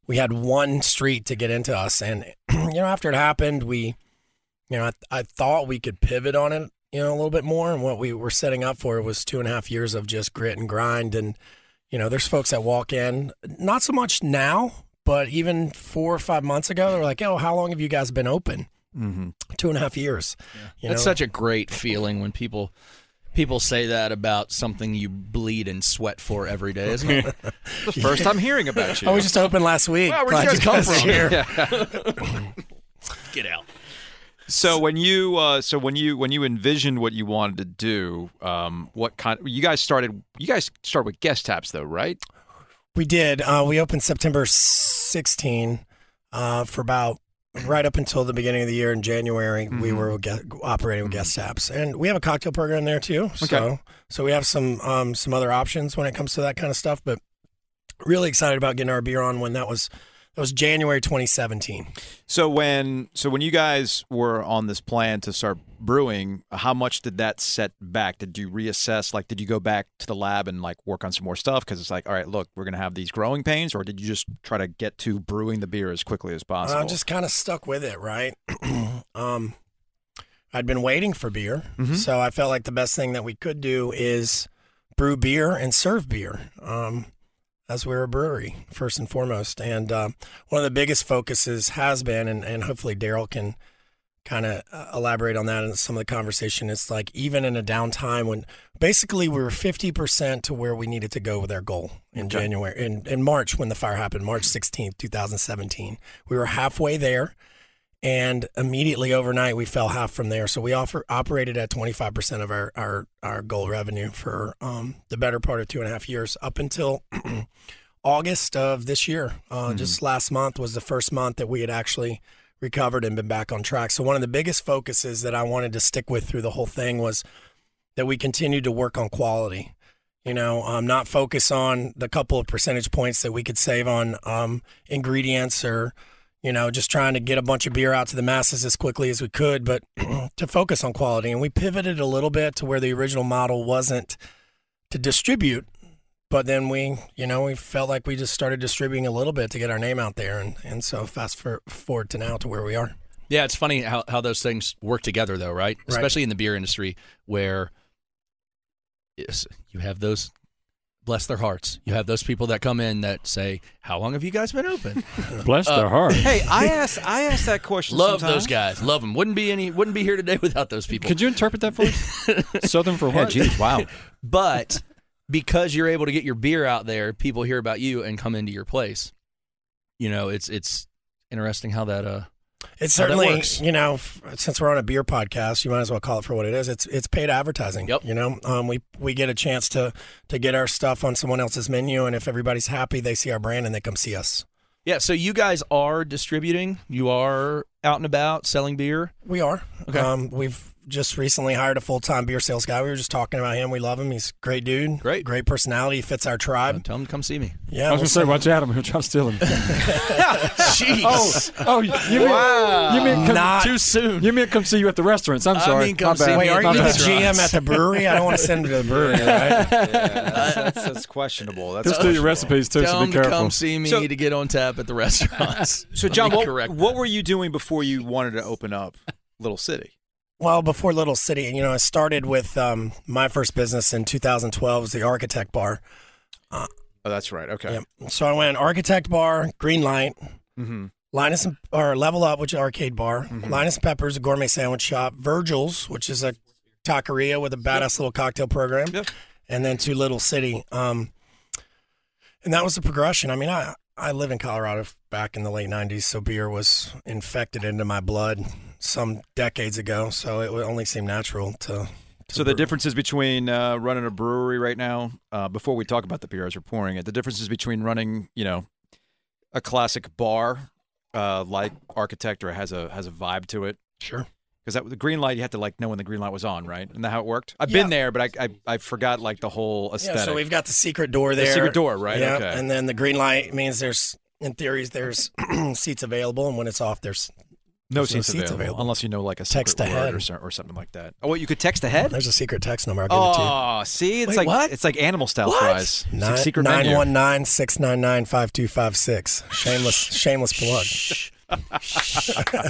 F: we had one street to get into us and you know after it happened we you know I, I thought we could pivot on it you know a little bit more and what we were setting up for was two and a half years of just grit and grind and you know, there's folks that walk in, not so much now, but even four or five months ago, they're like, "Oh, how long have you guys been open?
B: Mm-hmm.
F: Two and a half years." You
D: That's
F: know?
D: such a great feeling when people People say that about something you bleed and sweat for every day, isn't it?
B: The first I'm hearing about you.
F: I was Oh, just open last week.
B: Wow,
F: Glad
B: where'd you guys come
F: guys
B: from?
F: here.
B: Yeah.
D: Get out.
B: So when you uh, so when you when you envisioned what you wanted to do, um, what kind? You guys started. You guys start with guest taps though, right?
F: We did. Uh, we opened September 16 uh, for about right up until the beginning of the year in January.
B: Mm-hmm.
F: We were ge- operating with guest apps, and we have a cocktail program there too. So, so we have some um, some other options when it comes to that kind of stuff. But really excited about getting our beer on when that was that was January 2017.
B: So when so when you guys were on this plan to start brewing, how much did that set back? Did you reassess? Like, did you go back to the lab and like work on some more stuff? Because it's like, all right, look, we're gonna have these growing pains, or did you just try to get to brewing the beer as quickly as
F: And
B: possible?
F: I'm just kind of stuck with it, right? um, I'd been waiting for beer,
B: Mhm.
F: so I felt like the best thing that we could do is brew beer and serve beer, um, as we're a brewery first and foremost. And um one of the biggest focuses has been, and, and hopefully Daryl can kind of uh, elaborate on that in some of the conversation. It's like even in a downtime when basically we were 50% to where we needed to go with our goal in January, in, in March when the fire happened, March 16th, 2017. We were halfway there and immediately overnight we fell half from there. So we offer, operated at 25% of our, our, our goal revenue for um, the better part of two and a half years up until August of this year. Uh, Just last month was the first month that we had actually recovered and been back on track. So one of the biggest focuses that I wanted to stick with through the whole thing was that we continued to work on quality. You know, um, not focus on the couple of percentage points that we could save on um, ingredients or, you know, just trying to get a bunch of beer out to the masses as quickly as we could, but to focus on quality. And we pivoted a little bit to where the original model wasn't to distribute, but then we, you know, we felt like we just started distributing a little bit to get our name out there. And, and so fast for, forward to now to where we are.
D: Yeah, it's funny how, how those things work together, though, right? Especially in the beer industry, where yes, you have those, bless their hearts, you have those people that come in that say, How long have you guys been open?
C: Bless their heart.
B: hey, I asked I asked that question.
D: love
B: sometimes.
D: those guys, love them. Wouldn't be any, wouldn't be here today without those people.
C: Could you interpret that for us? Southern for what?
B: Yeah, geez, wow.
D: but because you're able to get your beer out there, people hear about you and come into your place. You know, it's it's interesting how that uh
F: It
D: how that
F: certainly,
D: works.
F: you know, f- since we're on a beer podcast, you might as well call it for what it is. It's it's paid advertising.
D: Yep.
F: You know, um, we we get a chance to to get our stuff on someone else's menu, and if everybody's happy, they see our brand and they come see us.
D: yeah. So you guys are distributing, you are out and about selling beer.
F: We are.
D: Okay.
F: Um, we've just recently hired a full time beer sales guy. We were just talking about him. We love him. He's a great dude.
D: Great.
F: Great personality. He Fits our
D: Uh,
F: tribe.
D: tell them to come see me.
F: Yeah.
C: I was
F: we'll
C: gonna say,
F: send-
C: watch out! I'm gonna try to steal him.
D: Jeez.
C: oh, oh, you mean you mean come,
F: Not-
D: too soon.
C: you mean come see you at the restaurants? I'm
D: I
C: sorry.
D: mean,
C: My
D: come see
C: bad.
D: me
F: Wait,
D: at
F: are
C: My
F: you the
C: bad.
D: Restaurants.
F: GM at the brewery? I don't want to send him to the brewery. Right?
B: that's, that's questionable. That's
C: Just do your
B: questionable.
C: recipes too,
D: Tell
C: so
D: them
C: be
D: to
C: careful.
D: come see me
B: So-
D: to get on tap at the restaurants.
B: So,
D: Let
B: John,
D: me
B: what,
D: correct
B: what
D: that.
B: were you doing before you wanted to open up Little City?
F: Well, before Little City, you know, I started with um, my first business in 2012 was the Architect Bar.
B: Oh, that's right. Okay.
F: Yep. So I went Architect Bar, Green Light,
B: Mm-hmm.
F: Linus and, or Level Up, which is arcade bar, Linus and Peppers, a gourmet sandwich shop, Virgil's, which is a taqueria with a badass little cocktail program,
B: Yep.
F: and then to Little City. Um, and that was the progression. I mean, I I lived in Colorado back in the late '90s, so beer was infected into my blood some decades ago. So it would only seem natural to. to
B: So the
F: brew.
B: differences between uh, running a brewery right now, uh, before we talk about the beer as we're pouring it, the differences between running, you know, a classic bar uh, like Architect or has a has a vibe to it.
F: Sure.
B: Because that the green light, you had to like know when the green light was on, right? And that how it worked. I've
F: Yeah.
B: been there, but I, I I forgot like the whole aesthetic.
F: Yeah, so we've got the secret door
B: the
F: there.
B: secret door, right?
F: Yeah,
B: okay.
F: and then the green light means there's, in theories, there's seats available, and when it's off, there's
B: no
F: there's no
B: seats
F: seats
B: available,
F: available.
B: unless you know like a
F: Text
B: secret
F: ahead.
B: word or, so- or something like that. Oh, what you could text ahead?
F: there's a secret text number. I'll give it to you.
B: Oh, see, it's
F: Wait,
B: like
F: what?
B: it's like animal style
F: What?
B: fries. It's like secret menu.
F: 919 699 5256. Shameless, shameless plug.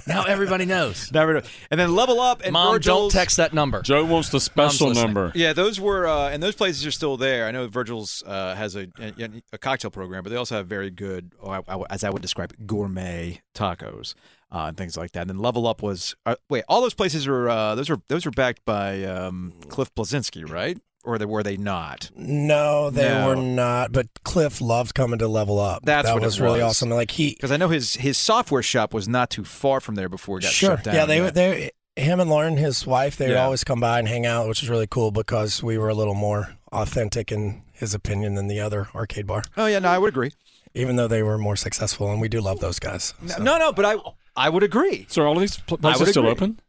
D: now everybody knows.
B: Never know. And then level up and
D: Mom,
B: Virgil's-
D: don't text that number.
C: Joe wants the special
D: Mom's listening.
C: number.
B: Yeah, those were, uh, and those places are still there. I know Virgil's uh, has a, a a cocktail program, but they also have very good, or I- I would- as I would describe, it, gourmet tacos uh, and things like that. And then Level Up was uh, wait, all those places are uh, those were those were backed by um, Cliff Blazinski, right? Or they, were they not?
F: No, they
B: No.
F: were not. But Cliff loved coming to Level Up.
B: That's
F: that
B: what it
F: was really
B: was.
F: awesome. Like he,
B: Because I know his his software shop was not too far from there before it got
F: sure,
B: shut down.
F: yeah, they were they him and Lauren, his wife, they would
B: Yeah.
F: always come by and hang out, which is really cool because we were a little more authentic in his opinion than the other arcade bar,
B: Oh yeah, no, I would agree.
F: even though they were more successful. And we do love those guys. So.
B: No, no, but I I would agree.
C: So are all these pl-
B: I would
C: places still
B: agree.
C: open?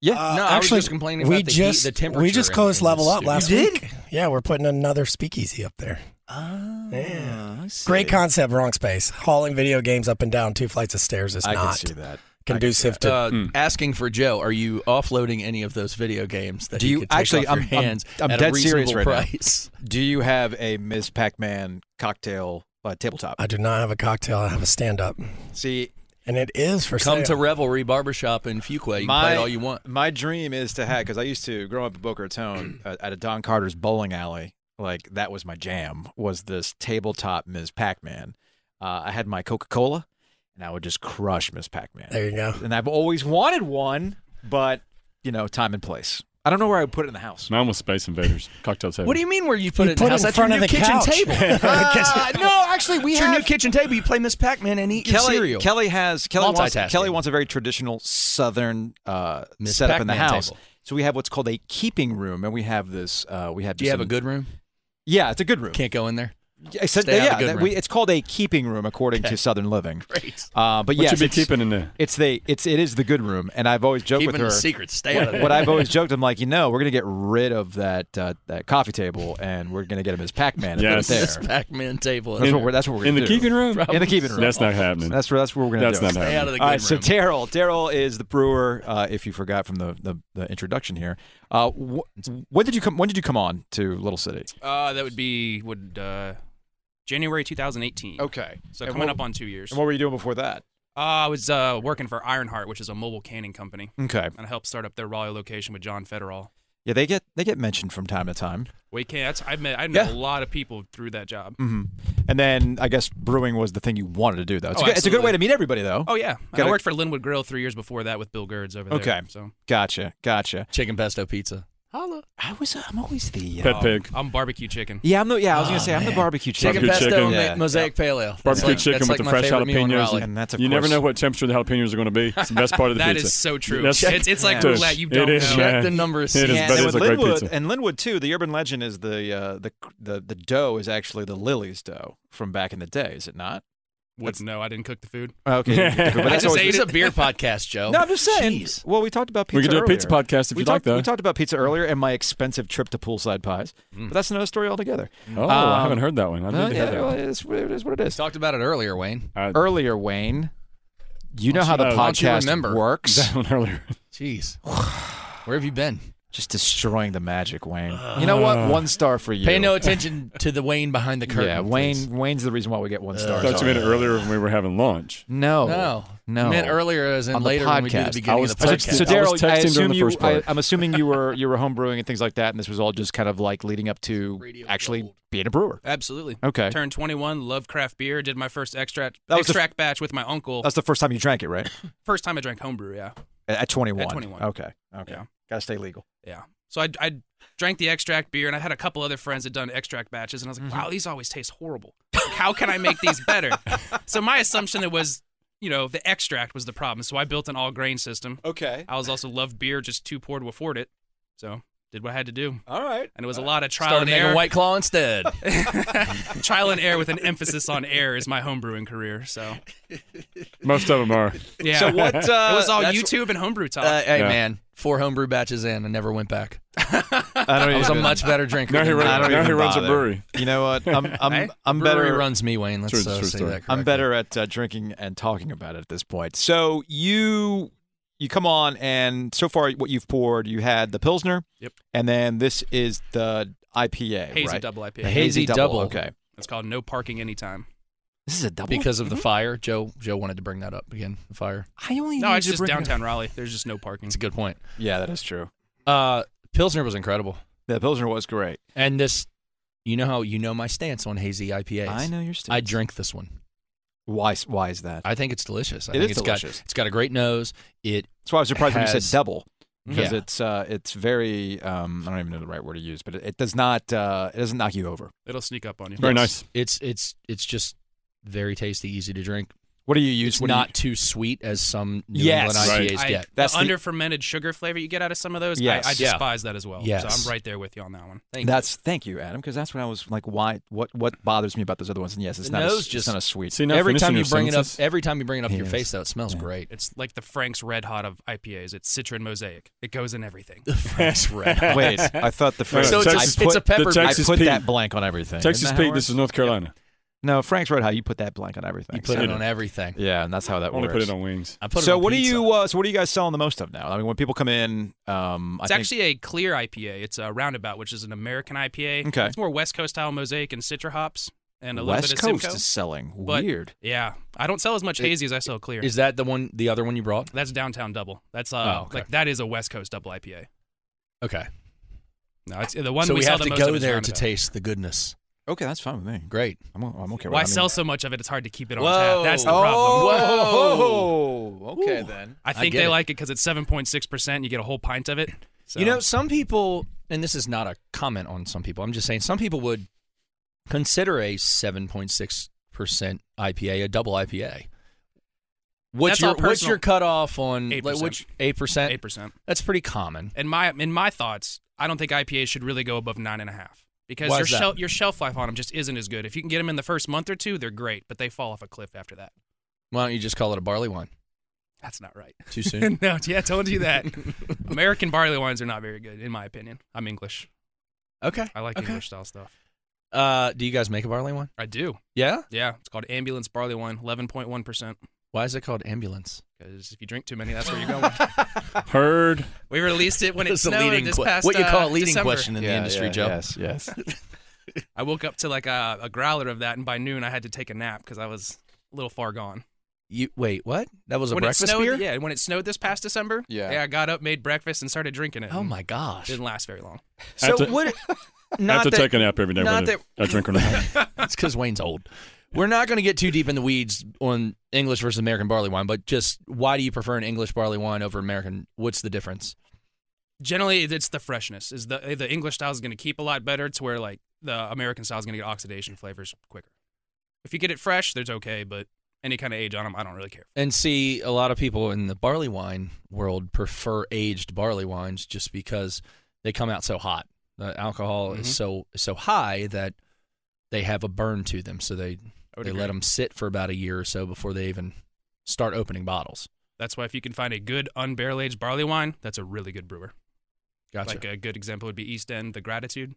B: Yeah,
F: Uh,
D: no, I was
F: actually,
D: just complaining
F: we
D: about the heat,
F: just,
D: the
F: We
D: temperature
F: just
D: in-
F: closed
D: in the
F: Level Up
D: studio.
F: last
B: You did?
F: week. Yeah, we're putting another speakeasy up there.
B: Oh,
F: Yeah.
B: I see.
F: Great concept, wrong space. Hauling video games up and down two flights of stairs is
B: I can
F: not
B: see that.
F: conducive to.
D: Uh, Asking for Joe, are you offloading any of those video games that
B: Do
D: he
B: you-
D: could take
B: actually,
D: off your
B: I'm- I'm-
D: hands
B: I'm
D: at a
B: dead serious
D: reasonable
B: right now.
D: price?
B: Do you have a Ms. Pac-Man cocktail uh, tabletop?
F: I do not have a cocktail. I have a stand up,
B: See,
F: and it is for
D: Come to
F: sale.
D: Revelry Barbershop in Fuquay. You can
B: my
D: play it all you want.
B: my dream is to have because I used to grow up in Boca Raton uh, at a Don Carter's bowling alley. Like that was my jam. Was this tabletop Ms. Pac-Man? Uh, I had my Coca-Cola, and I would just crush Ms. Pac-Man.
F: There you go.
B: And I've always wanted one, but you know, time and place. I don't know where I would put it in the house.
C: Mine was Space Invaders. Cocktail table.
D: What do you mean where you put
F: You
D: it
F: put
D: in the house?
F: it in
D: That's
F: front
D: your
F: of
D: new
F: the
D: kitchen table.
F: couch.
B: Ah, Uh, no, actually, we
D: It's your
B: have
D: new kitchen table. You play Miss Pac-Man and eat
B: Kelly,
D: your cereal.
B: Kelly has Kelly wants,
D: Multitasking.
B: Kelly wants a very traditional Southern uh,
D: Miss
B: setup in the
D: Pac-Man
B: house.
D: table.
B: So we have what's called a keeping room, and we have this. Uh, we have.
D: Do you
B: just
D: have a
B: an-
D: good room?
B: Yeah, it's a good room.
D: Can't go in there.
B: Except-
D: stay out of
B: yeah,
D: good
B: that-
D: room.
B: we- it's called a keeping room according to Southern living.
D: Great.
B: Uh, but
C: What
B: yes,
C: you be
B: it's,
C: keeping in there?
B: it's the it's it is the good room, and I've always joked
D: Keeping
B: with her.
D: the secret. Stay out of there.
B: What I've always joked, I'm like, you know, we're gonna get rid of that uh, that coffee table, and we're gonna get him his Pac-Man and put it
C: Yes.
D: Miss
B: there.
D: Pac-Man table.
B: That's what we're that's what we're
C: in
B: gonna
C: the
B: do.
C: keeping room?
B: In the keeping room.
C: That's not happening.
B: That's where that's where we're gonna
C: That's
B: do. it.
C: not
D: Stay out of the
B: All
D: good
B: right, so
D: room.
B: Daryl, Daryl is the brewer. Uh, if you forgot from the the, the introduction here, uh, wh- when did you come? When did you come on to Little City?
G: Uh, that would be would uh, January 2018.
B: Okay,
G: So
B: And
G: coming
B: what-
G: up on two years.
B: And what were you doing before that?
G: uh, I was uh, working for Ironheart, which is a mobile canning company,
B: Okay,
G: and I helped start up their Raleigh location with John Federal.
B: yeah, they get they get mentioned from time to time.
G: Wait, can that's I met I know
B: Yeah.
G: a lot of people through that job.
B: hmm And then I guess brewing was the thing you wanted to do, though. It's,
G: Oh,
B: a, good, it's a good
G: absolutely.
B: way to meet everybody, though.
G: Oh yeah, and
B: Gotta-
G: I worked for Linwood Grill three years before that with Bill Gerds over there.
B: Okay.
G: so
B: Gotcha, gotcha.
D: Chicken pesto pizza.
B: I was uh, I'm always the
C: Pet pig.
G: I'm barbecue chicken.
B: yeah I'm the yeah I was
D: Oh,
B: gonna say I'm the
D: man.
B: barbecue
D: Chicken
B: chicken.
C: Barbecue
D: pesto
C: chicken.
D: ma-
B: Yeah.
D: Mosaic pale ale. That's
C: Barbecue
D: like-
C: chicken
D: that's
C: with
D: like
C: the
D: my
C: fresh
D: favorite meal in
C: jalapenos
D: Raleigh.
B: and that's of
C: You never
B: course-
C: know what temperature the jalapenos are going to be. It's the best part of the
G: That
C: pizza.
G: is so true.
C: That's-
G: It's, it's like
C: it is.
G: roulette. You
C: It
G: don't
C: is,
G: know.
C: man.
D: The numbers.
C: It is
B: Yeah,
C: but
B: and
C: it's
B: with
C: a great
B: Linwood
C: pizza.
B: and Linwood too. The urban legend is the uh, the the the dough is actually the Lily's dough from back in the day. Is it not?
G: Wouldn't know. I didn't cook the food.
B: Okay, but
D: I
B: that's
D: just
B: always
D: ate a beer podcast, Joe.
B: No, I'm just saying.
D: Jeez.
B: Well, we talked about pizza.
C: we could do a
B: earlier.
C: pizza podcast if
B: we
C: you'd like,
B: talked,
C: though.
B: We talked about pizza earlier and my expensive trip to poolside pies,
D: Mm.
B: but that's another story altogether.
C: oh, I
B: Um,
C: haven't heard that one. I need
B: Well,
C: to
B: yeah,
C: hear that.
B: well,
C: one.
B: it's, it is what it is.
D: Talked about it earlier, Wayne.
C: I-
B: Earlier, Wayne, you know how the
C: you- why
D: don't you
B: podcast
D: remember?
B: works.
C: that one earlier.
D: Jeez. Where have you been?
B: Just destroying the magic, Wayne. You know
C: Uh.
B: what? One star for you.
D: Pay no attention to the Wayne behind the curtain.
B: Yeah, Wayne. Wayne's the reason why we get one star.
C: I thought you meant earlier when we were having lunch.
B: No,
D: No,
B: oh, no.
D: I meant earlier as in
B: On the
D: later when we do
B: podcast.
D: the beginning
C: I was
D: of the podcast.
C: texting-
B: So
C: I
B: Daryl,
C: was
B: I,
C: texting during
B: assume
C: the
B: you.
C: first
B: I,
C: part.
B: I'm assuming you were you were homebrewing and things like that, and this was all just kind of like leading up to actually being a brewer.
G: Absolutely.
B: Okay,
G: Turned 21, loved craft beer, did my first extract
B: That was the f-
G: extract batch with my uncle.
B: that's the first time you drank it, right?
G: First time I drank homebrew, yeah.
B: At at 21.
G: At 21.
B: Okay. Okay.
G: Yeah.
B: Gotta stay legal.
G: Yeah. So I, I drank the extract beer, and I had a couple other friends that done extract batches, and I was
D: Mm-hmm.
G: like, wow, these always taste horrible. Like, how can I make these better? so my assumption that was, you know, the extract was the problem. So I built an all grain system.
B: Okay.
G: I was also loved beer, just too poor to afford it. So did what I had to do,
B: All right.
G: and it was a lot of trial
D: Started
G: and
D: making
G: error.
D: White Claw instead.
G: trial and error with an emphasis on error is my homebrewing career. So
C: Most of them are.
G: yeah.
B: So what? Uh,
G: it was all
B: that's-
G: YouTube and homebrew talk.
D: Uh, hey
C: Yeah.
D: man, four homebrew batches in, and never went back.
B: I don't
D: I was a
B: even-
D: much better drinker.
C: Now he,
D: than
C: runs,
D: that.
B: don't
C: now he
B: even
C: runs a
B: bother.
C: brewery.
B: You know what? I'm I'm
G: Hey?
B: I'm
D: Brewery
B: better.
D: runs me, Wayne. Let's
C: True, true
D: uh, say
C: story.
D: that.
B: I'm
D: correctly.
B: better at uh, drinking and talking about it at this point. So you you come on, and so far what you've poured, you had the pilsner.
G: Yep.
B: And then this is the IPA,
G: Hazy
B: right?
G: double IPA.
B: The hazy
D: Hazy
B: double.
D: double.
B: Okay.
G: It's called No Parking Anytime.
B: This is a double
D: because of the fire. Joe Joe wanted to bring that up again. The fire.
B: I only
G: No,
B: need
G: it's
B: to
G: just
B: bring it up-
G: downtown Raleigh. There's just no parking.
D: It's a good point.
B: Yeah, that is true.
D: Uh, Pilsner was incredible,
B: The Pilsner was great.
D: and this, you know how you know my stance on hazy IPAs.
B: I know your stance.
D: I drink this one.
B: Why? Why is that?
D: I think it's delicious. I
B: It
D: think
B: is
D: it's
B: delicious.
D: Got, it's got a great nose. It
B: That's why I was surprised when you
D: has-
B: said double because
D: Yeah.
B: it's uh, it's very um, I don't even know the right word to use, but it, it does not uh, it doesn't knock you over.
G: It'll sneak up on you.
C: Very
D: Yes.
C: nice.
D: It's it's it's just very tasty, easy to drink.
B: What do you use?
D: It's
B: what do you-
D: not too sweet as some New
B: Yes.
D: England
C: Right.
D: IPAs
G: I,
D: get.
B: That's the-
G: the under fermented sugar flavor you get out of some of those.
B: Yes.
G: I, I
D: Yeah.
G: despise that as well.
D: Yes.
G: So I'm right there with you on that one.
B: that's thank you, Adam, because that's when I was like, why? What? What bothers me about those other ones? And yes, it's
D: The
B: not.
D: nose
B: a, s- it's
D: just-
B: not a sweet.
C: See, now
D: Every
C: finishing
D: time you
C: your
D: bring
C: sentences.
D: it up, every time you bring it up to your
B: Yes.
D: face, though, it smells great.
G: It's like the Frank's Red Hot of IPAs. It's Citron Mosaic. It goes in everything.
D: Frank's red. hot.
B: Wait, I thought the first.
D: So it's a-
B: I
D: it's
B: put,
D: a pepper-
C: the
B: I
C: Texas
B: put
C: Pete.
B: that blank on everything.
C: Texas
B: Isn't that how
C: Pete.
B: it
C: This is
B: works?
C: North Carolina.
B: no Frank's Red Hot. You put that blank on everything.
D: You put
B: so-
D: it on everything.
B: Yeah, and that's how that
C: Only
B: works.
C: put it on wings.
D: I put it
B: so
D: on
B: what
D: pizza.
B: do you? Uh, so what are you guys selling the most of now? I mean, when people come in, um,
G: It's
B: I think,
G: actually a clear IPA. It's a roundabout, which is an American IPA.
B: Okay.
G: It's more West Coast style mosaic and citra hops and a
B: West
G: little bit
B: Coast
G: of Simcoe.
B: is selling.
G: but-
B: Weird.
G: yeah. I don't sell as much
D: It-
G: hazy as I sell clear.
D: Is that the one? The other one you brought?
G: That's downtown double. That's uh,
D: Oh, okay.
G: like that is a West Coast double IPA.
D: Okay.
G: No, it's the one
D: so
G: we,
D: we,
G: sell
D: have
G: the
D: to
G: most of
D: go
G: is
D: there to
G: Roundabout.
D: taste the goodness.
B: Okay, that's fine with me.
D: Great.
B: I'm, I'm okay. with
G: Why
B: it. I mean-
G: sell so much of it? It's hard to keep it on
D: Whoa.
G: tap. That's the
D: Oh.
G: problem.
B: Whoa. Okay
D: Ooh.
B: then.
G: I think
D: get
G: they
D: it.
G: like it because it's seven point six percent. You get a whole pint of it. So.
D: You know, some people, and this is not a comment on some people. I'm just saying some people would consider a 7.6 percent IPA a double IPA. What's
G: That's
D: your
G: all
D: what's
G: personal.
D: your cutoff on
G: 8%.
D: like which eight
G: eight
D: percent?
G: percent.
D: That's pretty common.
G: In my in my thoughts, I don't think IPAs should really go above nine and a half because
D: Why
G: your
D: is that?
G: shel- your shelf life on them just isn't as good. If you can get them in the first month or two, they're great, but they fall off a cliff after that.
D: Why don't you just call it a barley wine?
G: That's not right.
D: Too soon.
G: no, yeah, don't do that. American barley wines are not very good, in my opinion. I'm English.
D: okay.
G: I like
D: Okay.
G: English style stuff.
D: Uh, do you guys make a barley wine?
G: I do.
D: Yeah.
G: Yeah, it's called ambulance barley wine, eleven point one percent.
D: Why is it called ambulance?
G: Because if you drink too many, that's where you're going.
C: Heard.
G: we released it when it
D: That's a
G: snowed
D: leading
G: this
D: que-
G: past
D: what you
G: uh,
D: call a leading
G: December.
D: question in the industry, Joe.
B: Yes, yes.
G: I woke up to like a, a growler of that, and by noon I had to take a nap because I was a little far gone.
D: You wait, what? That was a
G: when
D: breakfast
G: it snowed,
D: beer?
G: Yeah, when it snowed this past December.
B: Yeah.
G: I got up, made breakfast, and started drinking it.
D: Oh
G: and
D: my gosh.
G: Didn't last very long.
D: So
C: Have to-
D: what
C: I
D: not
C: have to
D: that,
C: take a nap every day.
D: not
C: whether I drink or not.
D: It's because Wayne's old. We're not going to get too deep in the weeds on English versus American barley wine, but just why do you prefer an English barley wine over American? What's the difference?
G: Generally, it's the freshness. Is the the English style is going to keep a lot better to where like the American style is going to get oxidation flavors quicker. If you get it fresh, there's okay, but any kind of age on them, I don't really care.
D: And see, a lot of people in the barley wine world prefer aged barley wines just because they come out so hot. The alcohol
G: Mhm.
D: is so so high that they have a burn to them, so they
G: I would
D: they
G: agree.
D: let them sit for about a year or so before they even start opening bottles.
G: That's why if you can find a good unbarrel aged barley wine, that's a really good brewer.
D: Gotcha.
G: Like a good example would be East End, the Gratitude.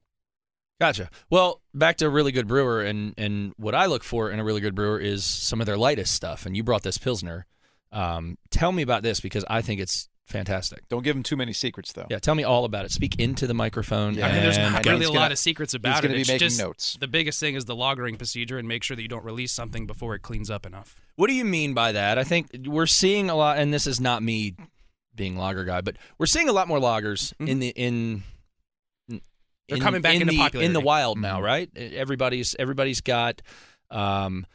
D: Gotcha. Well, back to a really good brewer, and and what I look for in a really good brewer is some of their lightest stuff. And you brought this pilsner. Um, tell me about this because I think it's fantastic.
B: Don't give him too many secrets, though.
D: Yeah, tell me all about it. Speak into the microphone.
B: Yeah.
G: I mean, there's
D: and-
G: not
B: I know
G: really a
B: he's gonna-
G: lot of secrets about
B: gonna
G: it.
B: be
G: It's
B: making
G: just-
B: notes.
G: The biggest thing is the lagering procedure and make sure that you don't release something before it cleans up enough.
D: What do you mean by that? I think we're seeing a lot, and this is not me being lager guy, but we're seeing a lot more loggers in the in.
G: Mm-hmm. They're coming back
D: in the,
G: into
D: in
G: popularity. Mm-hmm.
D: the wild now, right? E, Everybody's everybody's got, um,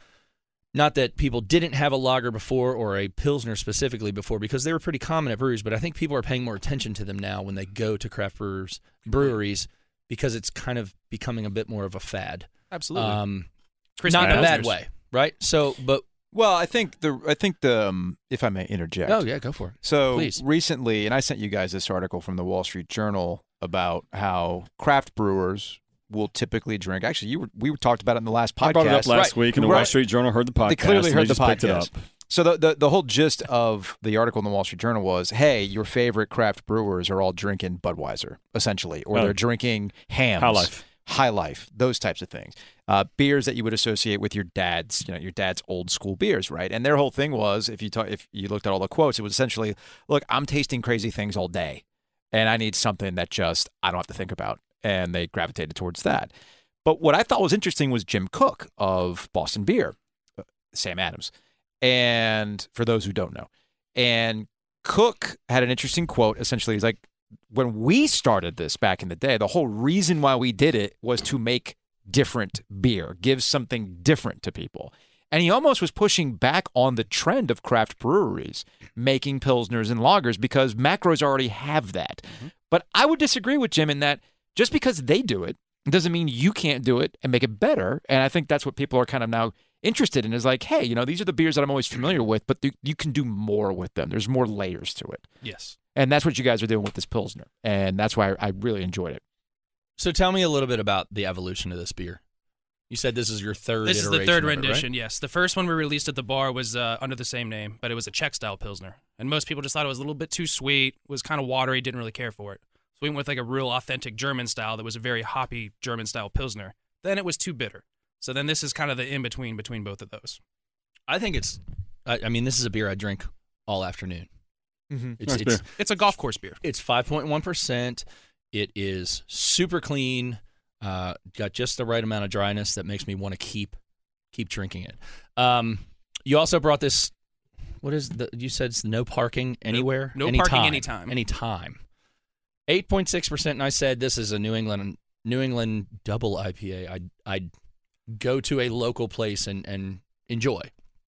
D: not that people didn't have a lager before or a pilsner specifically before because they were pretty common at breweries, but I think people are paying more attention to them now when they go to craft brewers breweries because it's kind of becoming a bit more of a fad.
G: Absolutely.
D: Um,
G: Crispy
D: not in a bad
G: pilsners.
D: way, right? So, but
B: Well, I think the I think the um, if I may interject.
D: oh yeah, go for it.
B: So
D: Please.
B: recently, and I sent you guys this article from the Wall Street Journal about how craft brewers will typically drink. Actually, you were, we talked about it in the last podcast.
C: I brought it up last
B: Right.
C: week, and the Wall
B: Right.
C: Street Journal heard the podcast.
B: They clearly
C: and
B: heard the
C: just picked it
B: podcast.
C: up.
B: So the, the the whole gist of the article in the Wall Street Journal was, hey, your favorite craft brewers are all drinking Budweiser, essentially, or
C: Oh.
B: they're drinking hams,
C: High Life.
B: High Life, those types of things, uh, beers that you would associate with your dad's, you know, your dad's old school beers, right? And their whole thing was, if you talk, if you looked at all the quotes, it was essentially, look, I'm tasting crazy things all day, and I need something that just I don't have to think about, and they gravitated towards that. But what I thought was interesting was Jim Cook of Boston Beer uh, Sam Adams. And for those who don't know, and Cook had an interesting quote. Essentially, he's like, when we started this back in the day, the whole reason why we did it was to make different beer, give something different to people. And he almost was pushing back on the trend of craft breweries making pilsners and lagers because macros already have that. But I would disagree with Jim in that just because they do it doesn't mean you can't do it and make it better. And I think that's what people are kind of now interested in is like, hey, you know, these are the beers that I'm always familiar with, but th- you can do more with them. There's more layers to it.
G: Yes.
B: And that's what you guys are doing with this Pilsner. And that's why I, I really enjoyed it.
D: So tell me a little bit about the evolution of this beer. You said this is your third.
G: This is the
D: iteration
G: third
D: of it, right?
G: rendition, yes. The first one we released at the bar was uh, under the same name, but it was a Czech style Pilsner. And most people just thought it was a little bit too sweet, was kind of watery, didn't really care for it. So we went with like a real authentic German style that was a very hoppy German style Pilsner. Then it was too bitter. So then this is kind of the in between between both of those.
D: I think it's. I, I mean, this is a beer I drink all afternoon.
B: Mm-hmm.
D: It's
C: Nice
D: it's,
C: beer.
G: It's a golf course beer.
D: it's 5.1 percent. It is super clean. Uh, got just the right amount of dryness that makes me want to keep keep drinking it. Um, you also brought this. What is the? You said it's no parking anywhere.
G: no
D: anytime,
G: parking anytime.
D: Anytime. Eight point six percent, and I said this is a New England New England double IPA. I'd I'd go to a local place and and enjoy.